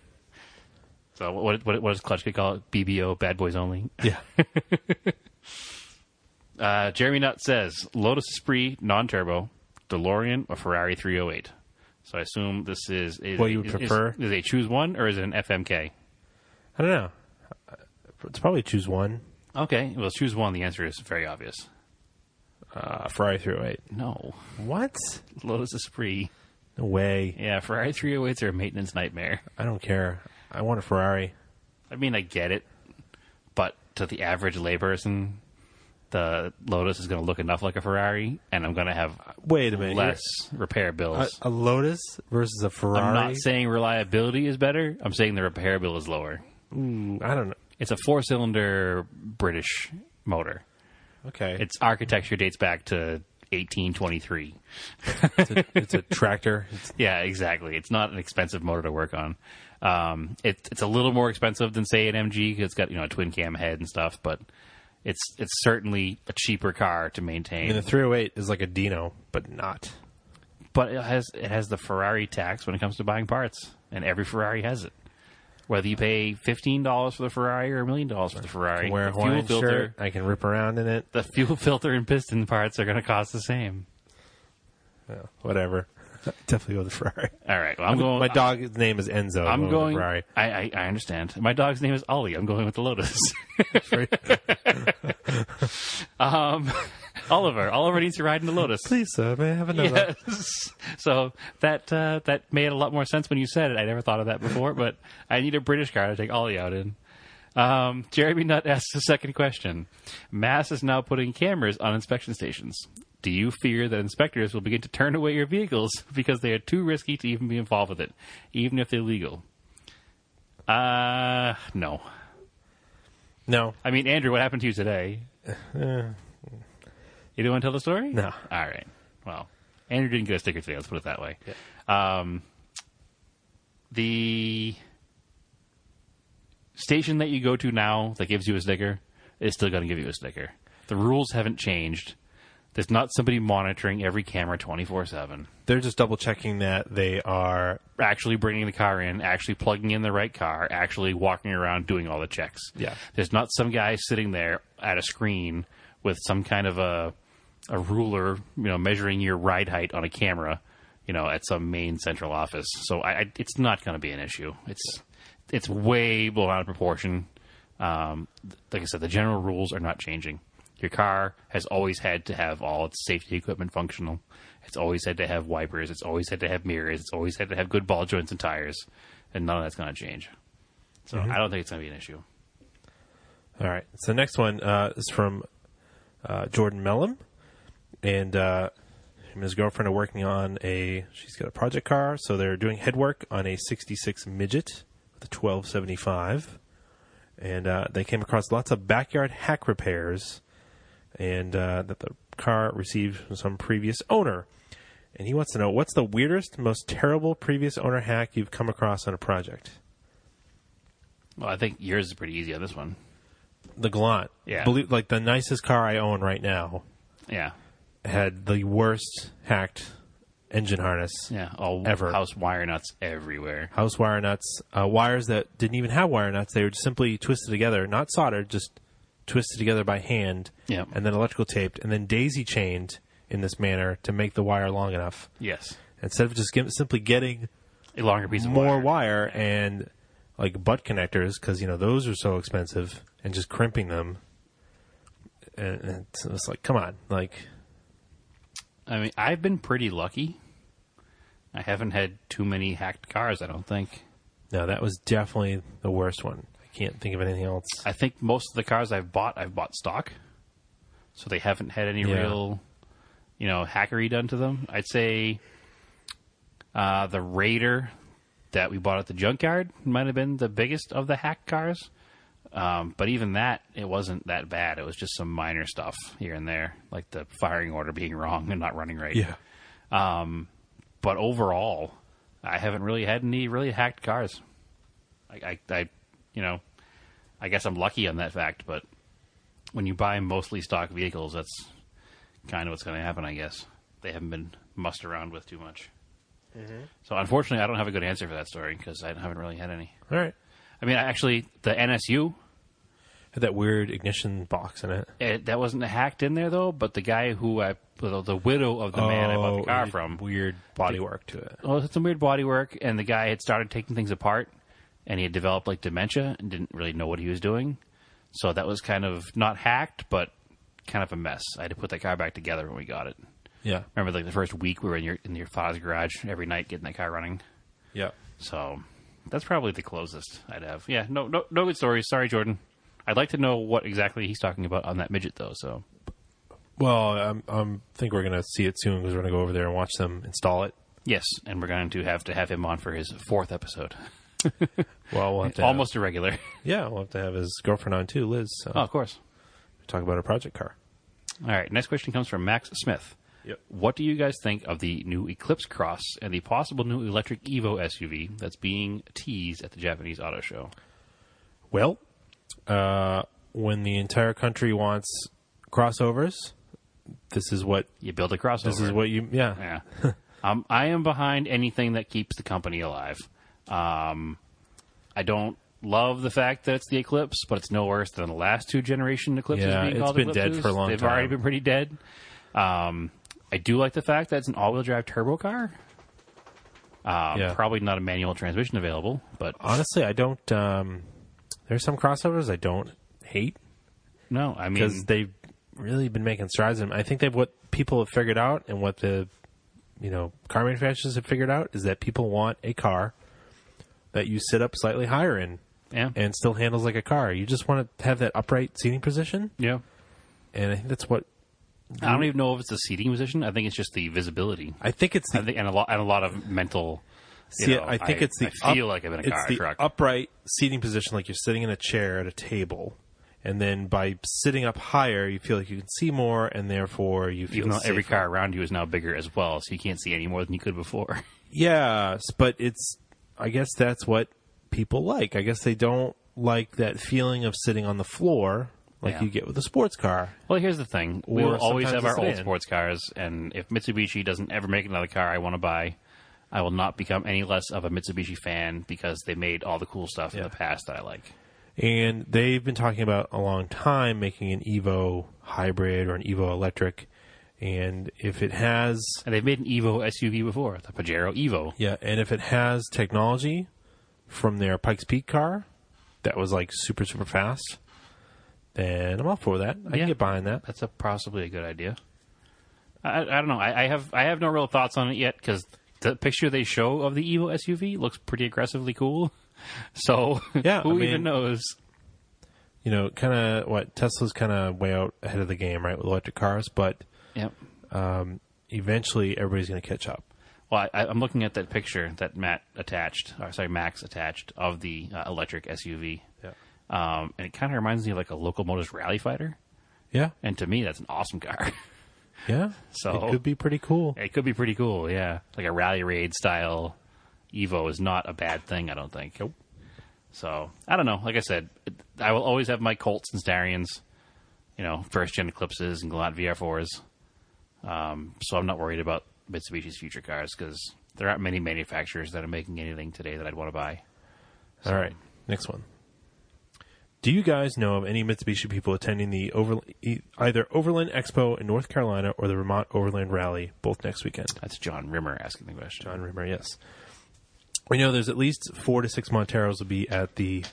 S1: So what what what does Clutch Kick call it? BBO, Bad Boys Only.
S2: Yeah.
S1: Uh, Jeremy Nutt says Lotus Esprit non-turbo, DeLorean or Ferrari 308. So I assume this is, is
S2: What you would
S1: is-
S2: prefer?
S1: Is, is a choose one or is it an FMK?
S2: I don't know. It's probably choose one.
S1: Okay, well choose one. The answer is very obvious.
S2: Uh, Ferrari 308.
S1: No,
S2: What?
S1: Lotus Esprit.
S2: No way.
S1: Yeah, Ferrari 308s are a maintenance nightmare.
S2: I don't care. I want a Ferrari.
S1: I mean, I get it, but to the average layperson, the Lotus is going to look enough like a Ferrari, and I'm going to have
S2: Wait a minute. You're-
S1: less repair
S2: A,
S1: bills.
S2: a Lotus versus a Uh, Ferrari.
S1: I'm not saying reliability is better. I'm saying the repair bill is lower.
S2: Mm, I don't know.
S1: It's a four cylinder British motor.
S2: Okay,
S1: Its architecture dates back to 1823.
S2: it's a, it's a tractor. It's,
S1: Yeah, exactly. It's not an expensive motor to work on. Um, it, it's a little more expensive than say an MG because it's got you know a twin cam head and stuff, but it's it's certainly a cheaper car to maintain.
S2: and the 308 is like a Dino, but not.
S1: but it has it has the Ferrari tax when it comes to buying parts, and every Ferrari has it. Whether you pay fifteen dollars for the Ferrari or a million dollars for the Ferrari,
S2: Wear a
S1: the fuel
S2: Hawaiian
S1: filter,
S2: shirt. I can rip around in it.
S1: the fuel filter and piston parts are going to cost the same.
S2: Whatever. Definitely go with the Ferrari.
S1: All right, well, I'm Oh, going.
S2: My dog's name is Enzo.
S1: I'm
S2: with
S1: going.
S2: the Ferrari.
S1: I, I I understand. My dog's name is Ollie. I'm going with the Lotus. um, Oliver. Oliver needs to ride in the Lotus.
S2: Please, sir, may I have another?
S1: Yes. So that uh, that made a lot more sense when you said it. I never thought of that before, but I need a British car to take Ollie out in. Um, Jeremy Nutt asks the second question. Mass is now putting cameras on inspection stations. Do you fear that inspectors will begin to turn away your vehicles because they are too risky to even be involved with it, even if they're legal? Uh, no.
S2: No,
S1: I mean, Andrew, what happened to you today? you don't want to tell the story?
S2: No.
S1: All right. Well, Andrew didn't get a sticker today. Let's put it that way. Um, the station that you go to now that gives you a sticker is still going to give you a sticker. The rules haven't changed. There's not somebody monitoring every camera 24 7.
S2: they're just double checking that they are.
S1: Actually bringing the car in, actually plugging in the right car, actually walking around doing all the checks.
S2: Yeah.
S1: There's not some guy sitting there at a screen with some kind of a a ruler, you know, measuring your ride height on a camera, you know, at some main central office. So I, I it's not going to be an issue. It's it's way blown out of proportion. Um, th- like I said, the general rules are not changing. Your car has always had to have all its safety equipment functional. It's always had to have wipers. It's always had to have mirrors. It's always had to have good ball joints and tires, and none of that's going to change. So
S2: Mm-hmm.
S1: I don't think it's going to be an issue.
S2: All right. So next one uh, is from uh, Jordan Mellum, and uh, him and his girlfriend are working on a. She's got a project car, so they're doing head work on a '66 midget with a 1275, and uh, they came across lots of backyard hack repairs, and uh, that the car received from some previous owner. And he wants to know what's the weirdest, most terrible previous owner hack you've come across on a project.
S1: Well, I think yours is pretty easy on this one.
S2: The Glant,
S1: Yeah.
S2: Believe- like the nicest car I own right now.
S1: Yeah,
S2: had the worst hacked engine harness.
S1: yeah. All
S2: Ever.
S1: house wire nuts everywhere.
S2: House wire nuts, uh, wires that didn't even have wire nuts. They were just simply twisted together, not soldered, just twisted together by hand,
S1: Yeah.
S2: and then electrical taped, and then daisy chained in this manner to make the wire long enough.
S1: Yes,
S2: Instead of just get, simply getting
S1: a longer piece of
S2: more
S1: wire.
S2: wire and like butt connectors, because you know those are so expensive, and just crimping them. And and it's, it's like, come on, like
S1: I mean, I've been pretty lucky. I haven't had too many hacked cars. I don't think.
S2: no, that was definitely the worst one. I can't think of anything else.
S1: I think most of the cars I've bought, I've bought stock, so they haven't had any
S2: Yeah.
S1: real, you know, hackery done to them. I'd say uh, the Raider that we bought at the junkyard might have been the biggest of the hack cars, um, but even that, it wasn't that bad. It was just some minor stuff here and there, like the firing order being wrong and not running right. But overall, I haven't really had any really hacked cars. I, I, I you know, I guess I'm lucky on that fact, but when you buy mostly stock vehicles, that's kind of what's going to happen, I guess. They haven't been mussed around with too much. So unfortunately, I don't have a good answer for that story because I haven't really had any.
S2: All right.
S1: I mean, I actually, the NSU,
S2: Had that weird ignition box in it.
S1: it, eh, that wasn't hacked in there though, but the guy who I, the, the widow of the man I bought
S2: Oh,
S1: the car from,
S2: Weird body work to it.
S1: well, it had some weird body work, and the guy had started taking things apart, and he had developed like dementia and didn't really know what he was doing. So that was kind of not hacked, but kind of a mess. I had to put that car back together when we got it.
S2: Yeah.
S1: Remember, like the first week we were in your in your father's garage every night getting that car running.
S2: Yeah.
S1: So that's probably the closest I'd have. Yeah, no, no, no good stories. Sorry, Jordan. I'd like to know what exactly he's talking about on that midget though. So
S2: Well, I am I'm think we're going to see it soon because we're going to go over there and watch them install it.
S1: yes, and we're going to have to have him on for his fourth episode.
S2: Well, we'll have to
S1: Almost a regular.
S2: Have, yeah, we'll have to have his girlfriend on too, Liz. So
S1: oh, of course.
S2: Talk about a project car.
S1: All right. Next question comes from Max Smith.
S2: Yep.
S1: What do you guys think of the new Eclipse Cross and the possible new electric Evo SUV that's being teased at the Japanese auto show?
S2: Well, uh, when the entire country wants crossovers, this is what
S1: You build a crossover.
S2: this is what you yeah.
S1: Yeah. um, I am behind anything that keeps the company alive. Um, I I don't love the fact that it's the Eclipse, but it's no worse than the last two generation Eclipses.
S2: Yeah,
S1: being
S2: it's
S1: called
S2: been dead
S1: Eclipses.
S2: for a long
S1: They've already
S2: time.
S1: been pretty dead. Um, I do like the fact that it's an all-wheel drive turbo car. Um,
S2: Yeah.
S1: Probably not a manual transmission available, but
S2: Honestly, I don't. Um, there's some crossovers I don't hate
S1: no, I
S2: because
S1: mean,
S2: they've really been making strides. And I think that what people have figured out and what the you know car manufacturers have figured out is that people want a car that you sit up slightly higher in
S1: yeah,
S2: and still handles like a car. You just want to have that upright seating position,
S1: yeah.
S2: and I think that's what
S1: I don't even know if it's the seating position. I think it's just the visibility.
S2: I think it's
S1: I
S2: the
S1: think, and a lot, and a lot of mental. you
S2: See,
S1: know,
S2: I think it's the
S1: I feel
S2: up-
S1: like I'm in a
S2: it's
S1: car
S2: the
S1: truck.
S2: upright seating position, like you're sitting in a chair at a table, and then by sitting up higher, you feel like you can see more, and therefore you feel
S1: even though every
S2: safer.
S1: car around you is now bigger as well, so you can't see any more than you could before.
S2: Yes, but it's I guess that's what people like. I guess they don't like that feeling of sitting on the floor like
S1: Yeah.
S2: you get with a sports car.
S1: Well, here's the thing: we
S2: Or
S1: will always have
S2: sometimes
S1: our
S2: a
S1: old
S2: sedan.
S1: sports cars, and if Mitsubishi doesn't ever make another car I want to buy, I will not become any less of a Mitsubishi fan because they made all the cool stuff in the past that I like.
S2: And they've been talking about a long time making an Evo hybrid or an Evo electric. And if it has
S1: And they've made an Evo SUV before, the Pajero Evo.
S2: Yeah, and if it has technology from their Pikes Peak car that was like super super fast, then I'm all for that. I
S1: Yeah.
S2: can get behind that.
S1: That's a, possibly a good idea. I, I don't know. I, I have I have no real thoughts on it yet because the picture they show of the Evo SUV looks pretty aggressively cool. So
S2: Yeah,
S1: who
S2: I mean-
S1: even knows?
S2: You know, kind of what Tesla's kind of way out ahead of the game, right, with electric cars, but
S1: Yep.
S2: eventually everybody's going to catch up.
S1: Well, I, I'm looking at that picture that Matt attached, or sorry, Max attached of the uh, electric SUV,
S2: Yeah.
S1: um, and it kind of reminds me of like a locomotive's rally fighter.
S2: Yeah.
S1: And to me, that's an awesome car.
S2: Yeah.
S1: So-
S2: it could be pretty cool.
S1: it could be pretty cool, yeah. Like a rally raid style Evo is not a bad thing, I don't think.
S2: Nope.
S1: So I don't know. Like I said, it- I will always have my Colts and Starions, you know, first gen Eclipses and Galant VR4s. Um, so I'm not worried about Mitsubishi's future cars because there aren't many manufacturers that are making anything today that I'd want to buy.
S2: All right. Next one. Do you guys know of any Mitsubishi people attending the over, e- either Overland Expo in North Carolina or the Vermont Overland Rally both next weekend?
S1: That's John Rimmer asking the question.
S2: John Rimmer, yes. We know there's at least four to six Monteros will be at the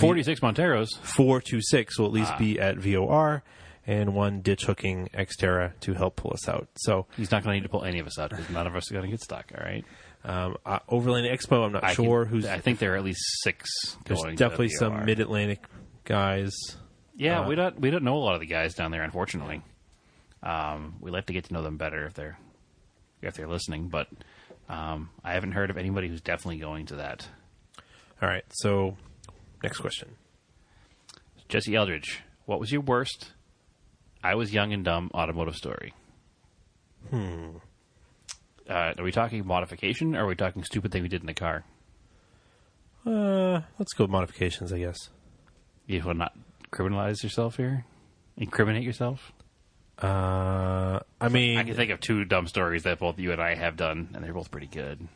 S1: 46 Monteros.
S2: four to six will at
S1: Ah.
S2: least be at VOR, and one ditch hooking Xterra to help pull us out. So
S1: He's not going to need to pull any of us out because none of us are going to get stuck. All right.
S2: um, uh, Overland Expo, I'm not
S1: I can-
S2: sure who's.
S1: I think there are at least six.
S2: there's
S1: going to
S2: definitely
S1: the
S2: some
S1: VR.
S2: Mid Atlantic guys.
S1: Yeah, we don't we don't know a lot of the guys down there, unfortunately. Um, we like to get to know them better if they're if they're listening, but um, I haven't heard of anybody who's definitely going to that.
S2: All right, so next question.
S1: Jesse Eldridge, what was your worst? I was young and dumb automotive story. Hmm. Uh, are we talking modification, or are we talking stupid thing we did in the car?
S2: Uh, let's go with modifications, I guess.
S1: You want to not criminalize yourself here, incriminate yourself.
S2: Uh, I
S1: I can
S2: mean,
S1: think of two dumb stories that both you and I have done, and they're both pretty good.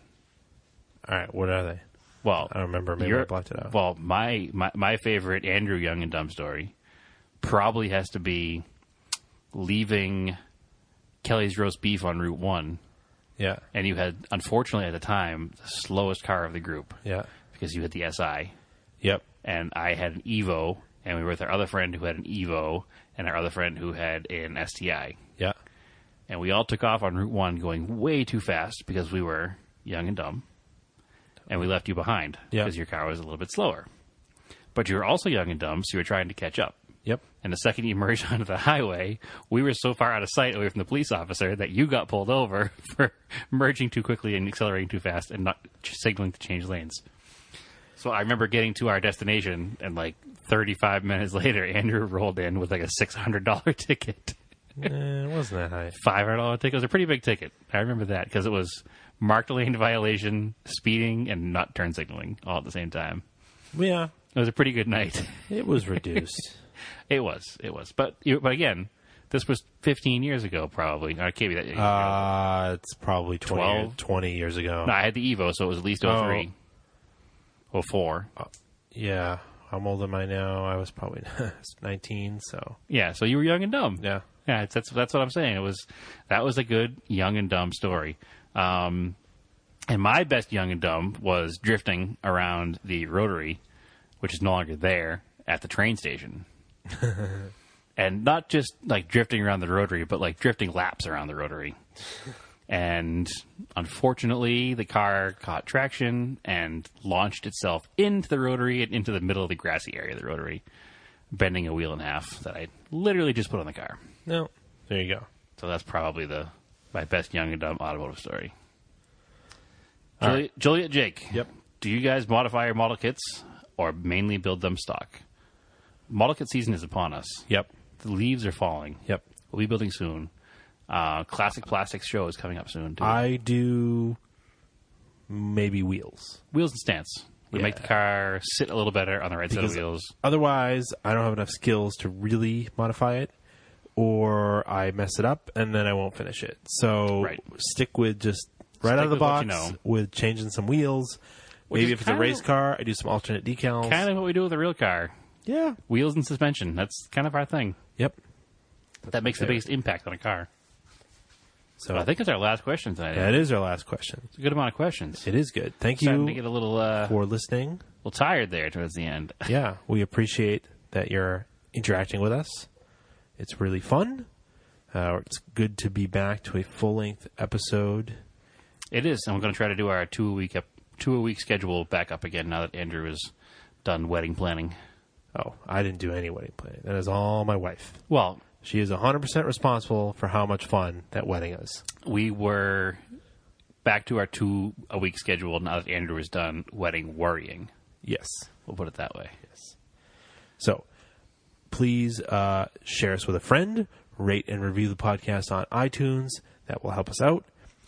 S2: all right, what are they?
S1: Well,
S2: I don't remember. Maybe
S1: your-
S2: I blocked it out.
S1: Well, my, my my favorite Andrew Young and Dumb story probably has to be leaving Kelly's roast beef on Route One,
S2: yeah,
S1: and you had unfortunately at the time the slowest car of the group
S2: yeah,
S1: because you had the SI,
S2: yep,
S1: and I had an Evo, and we were with our other friend who had an Evo, and our other friend who had an STI,
S2: yeah,
S1: and we all took off on Route One going way too fast because we were young and dumb, and we left you behind
S2: Yeah.
S1: because your car was a little bit slower. But you were also young and dumb, so you were trying to catch up.
S2: yep.
S1: And the second you merged onto the highway, we were so far out of sight away from the police officer that you got pulled over for merging too quickly and accelerating too fast and not ch- signaling to change lanes. So I remember getting to our destination, and like 35 minutes later, Andrew rolled in with like a $600 ticket.
S2: Eh, it wasn't that high.
S1: five hundred dollar ticket. It was a pretty big ticket. I remember that because it was marked lane violation, speeding, and not turn signaling all at the same time.
S2: Yeah,
S1: It was a pretty good night.
S2: It was reduced.
S1: It was. It was. But you- but again, this was fifteen years ago, probably. I can't be that.
S2: uh, it's probably 20,
S1: 12?
S2: 20 years ago.
S1: no, I had the Evo, so it was at least
S2: Oh.
S1: 03. Well, four.
S2: Yeah, I'm older than I now. I was probably 19, so
S1: Yeah, so you were young and dumb.
S2: yeah.
S1: Yeah, it's, that's that's what I'm saying. It was that was a good young and dumb story. Um, and my best young and dumb was drifting around the rotary, which is no longer there at the train station, and not just like drifting around the rotary, but like drifting laps around the rotary. And unfortunately, the car caught traction and launched itself into the rotary and into the middle of the grassy area of the rotary, bending a wheel in half that I literally just put on the car.
S2: No, there you go.
S1: So that's probably the my best young and dumb automotive story. Juliet, Juliet Jake.
S2: Yep.
S1: Do you guys modify your model kits or mainly build them stock? Model kit season is upon us.
S2: Yep,
S1: The leaves are falling.
S2: yep.
S1: We'll be building soon. Uh, classic plastics show is coming up soon. Too.
S2: I do maybe wheels.
S1: wheels and stance. We make the car sit a little better on the right
S2: Because-
S1: side of the wheels.
S2: Otherwise, I don't have enough skills to really modify it, or I mess it up and then I won't finish it. So
S1: Right.
S2: stick with just right
S1: Stick
S2: out of the
S1: with what
S2: box
S1: you know.
S2: with changing some wheels.
S1: Which
S2: maybe
S1: is
S2: if it's a
S1: kinda-
S2: race car, I do some alternate decals.
S1: Kind of what we do with a real car.
S2: Yeah.
S1: Wheels and suspension. That's kind of our thing.
S2: Yep.
S1: that makes the
S2: favorite.
S1: biggest impact on a car.
S2: So
S1: But I think it's our last question tonight.
S2: that is our last question.
S1: It's a good amount of questions.
S2: It is good. Thank
S1: starting to
S2: you
S1: get a little uh,
S2: for listening.
S1: little tired there towards the end.
S2: yeah, we appreciate that you're interacting with us. It's really fun. Uh, it's good to be back to a full length episode.
S1: It is, and we're going to try to do our two a week up, two a week schedule back up again now that Andrew is done wedding planning.
S2: Oh, I didn't do any wedding planning. That is all my wife.
S1: Well,
S2: She is 100% responsible for how much fun that wedding is.
S1: we were back to our two a week schedule now that Andrew is done wedding worrying.
S2: Yes.
S1: We'll put it that way.
S2: So please uh, share us with a friend, rate and review the podcast on iTunes. That will help us out.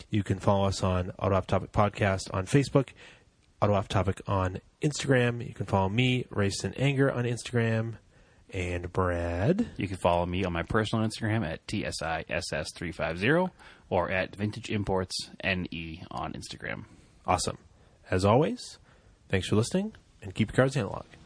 S2: You can follow us on Auto Off Topic Podcast on Facebook, Auto Off Topic on Instagram. You can follow me, Race and Anger, on Instagram, and Brad.
S1: You can follow me on my personal Instagram at tsiss350 or at vintage imports ne on Instagram.
S2: Awesome. As always, thanks for listening and keep your cards analog.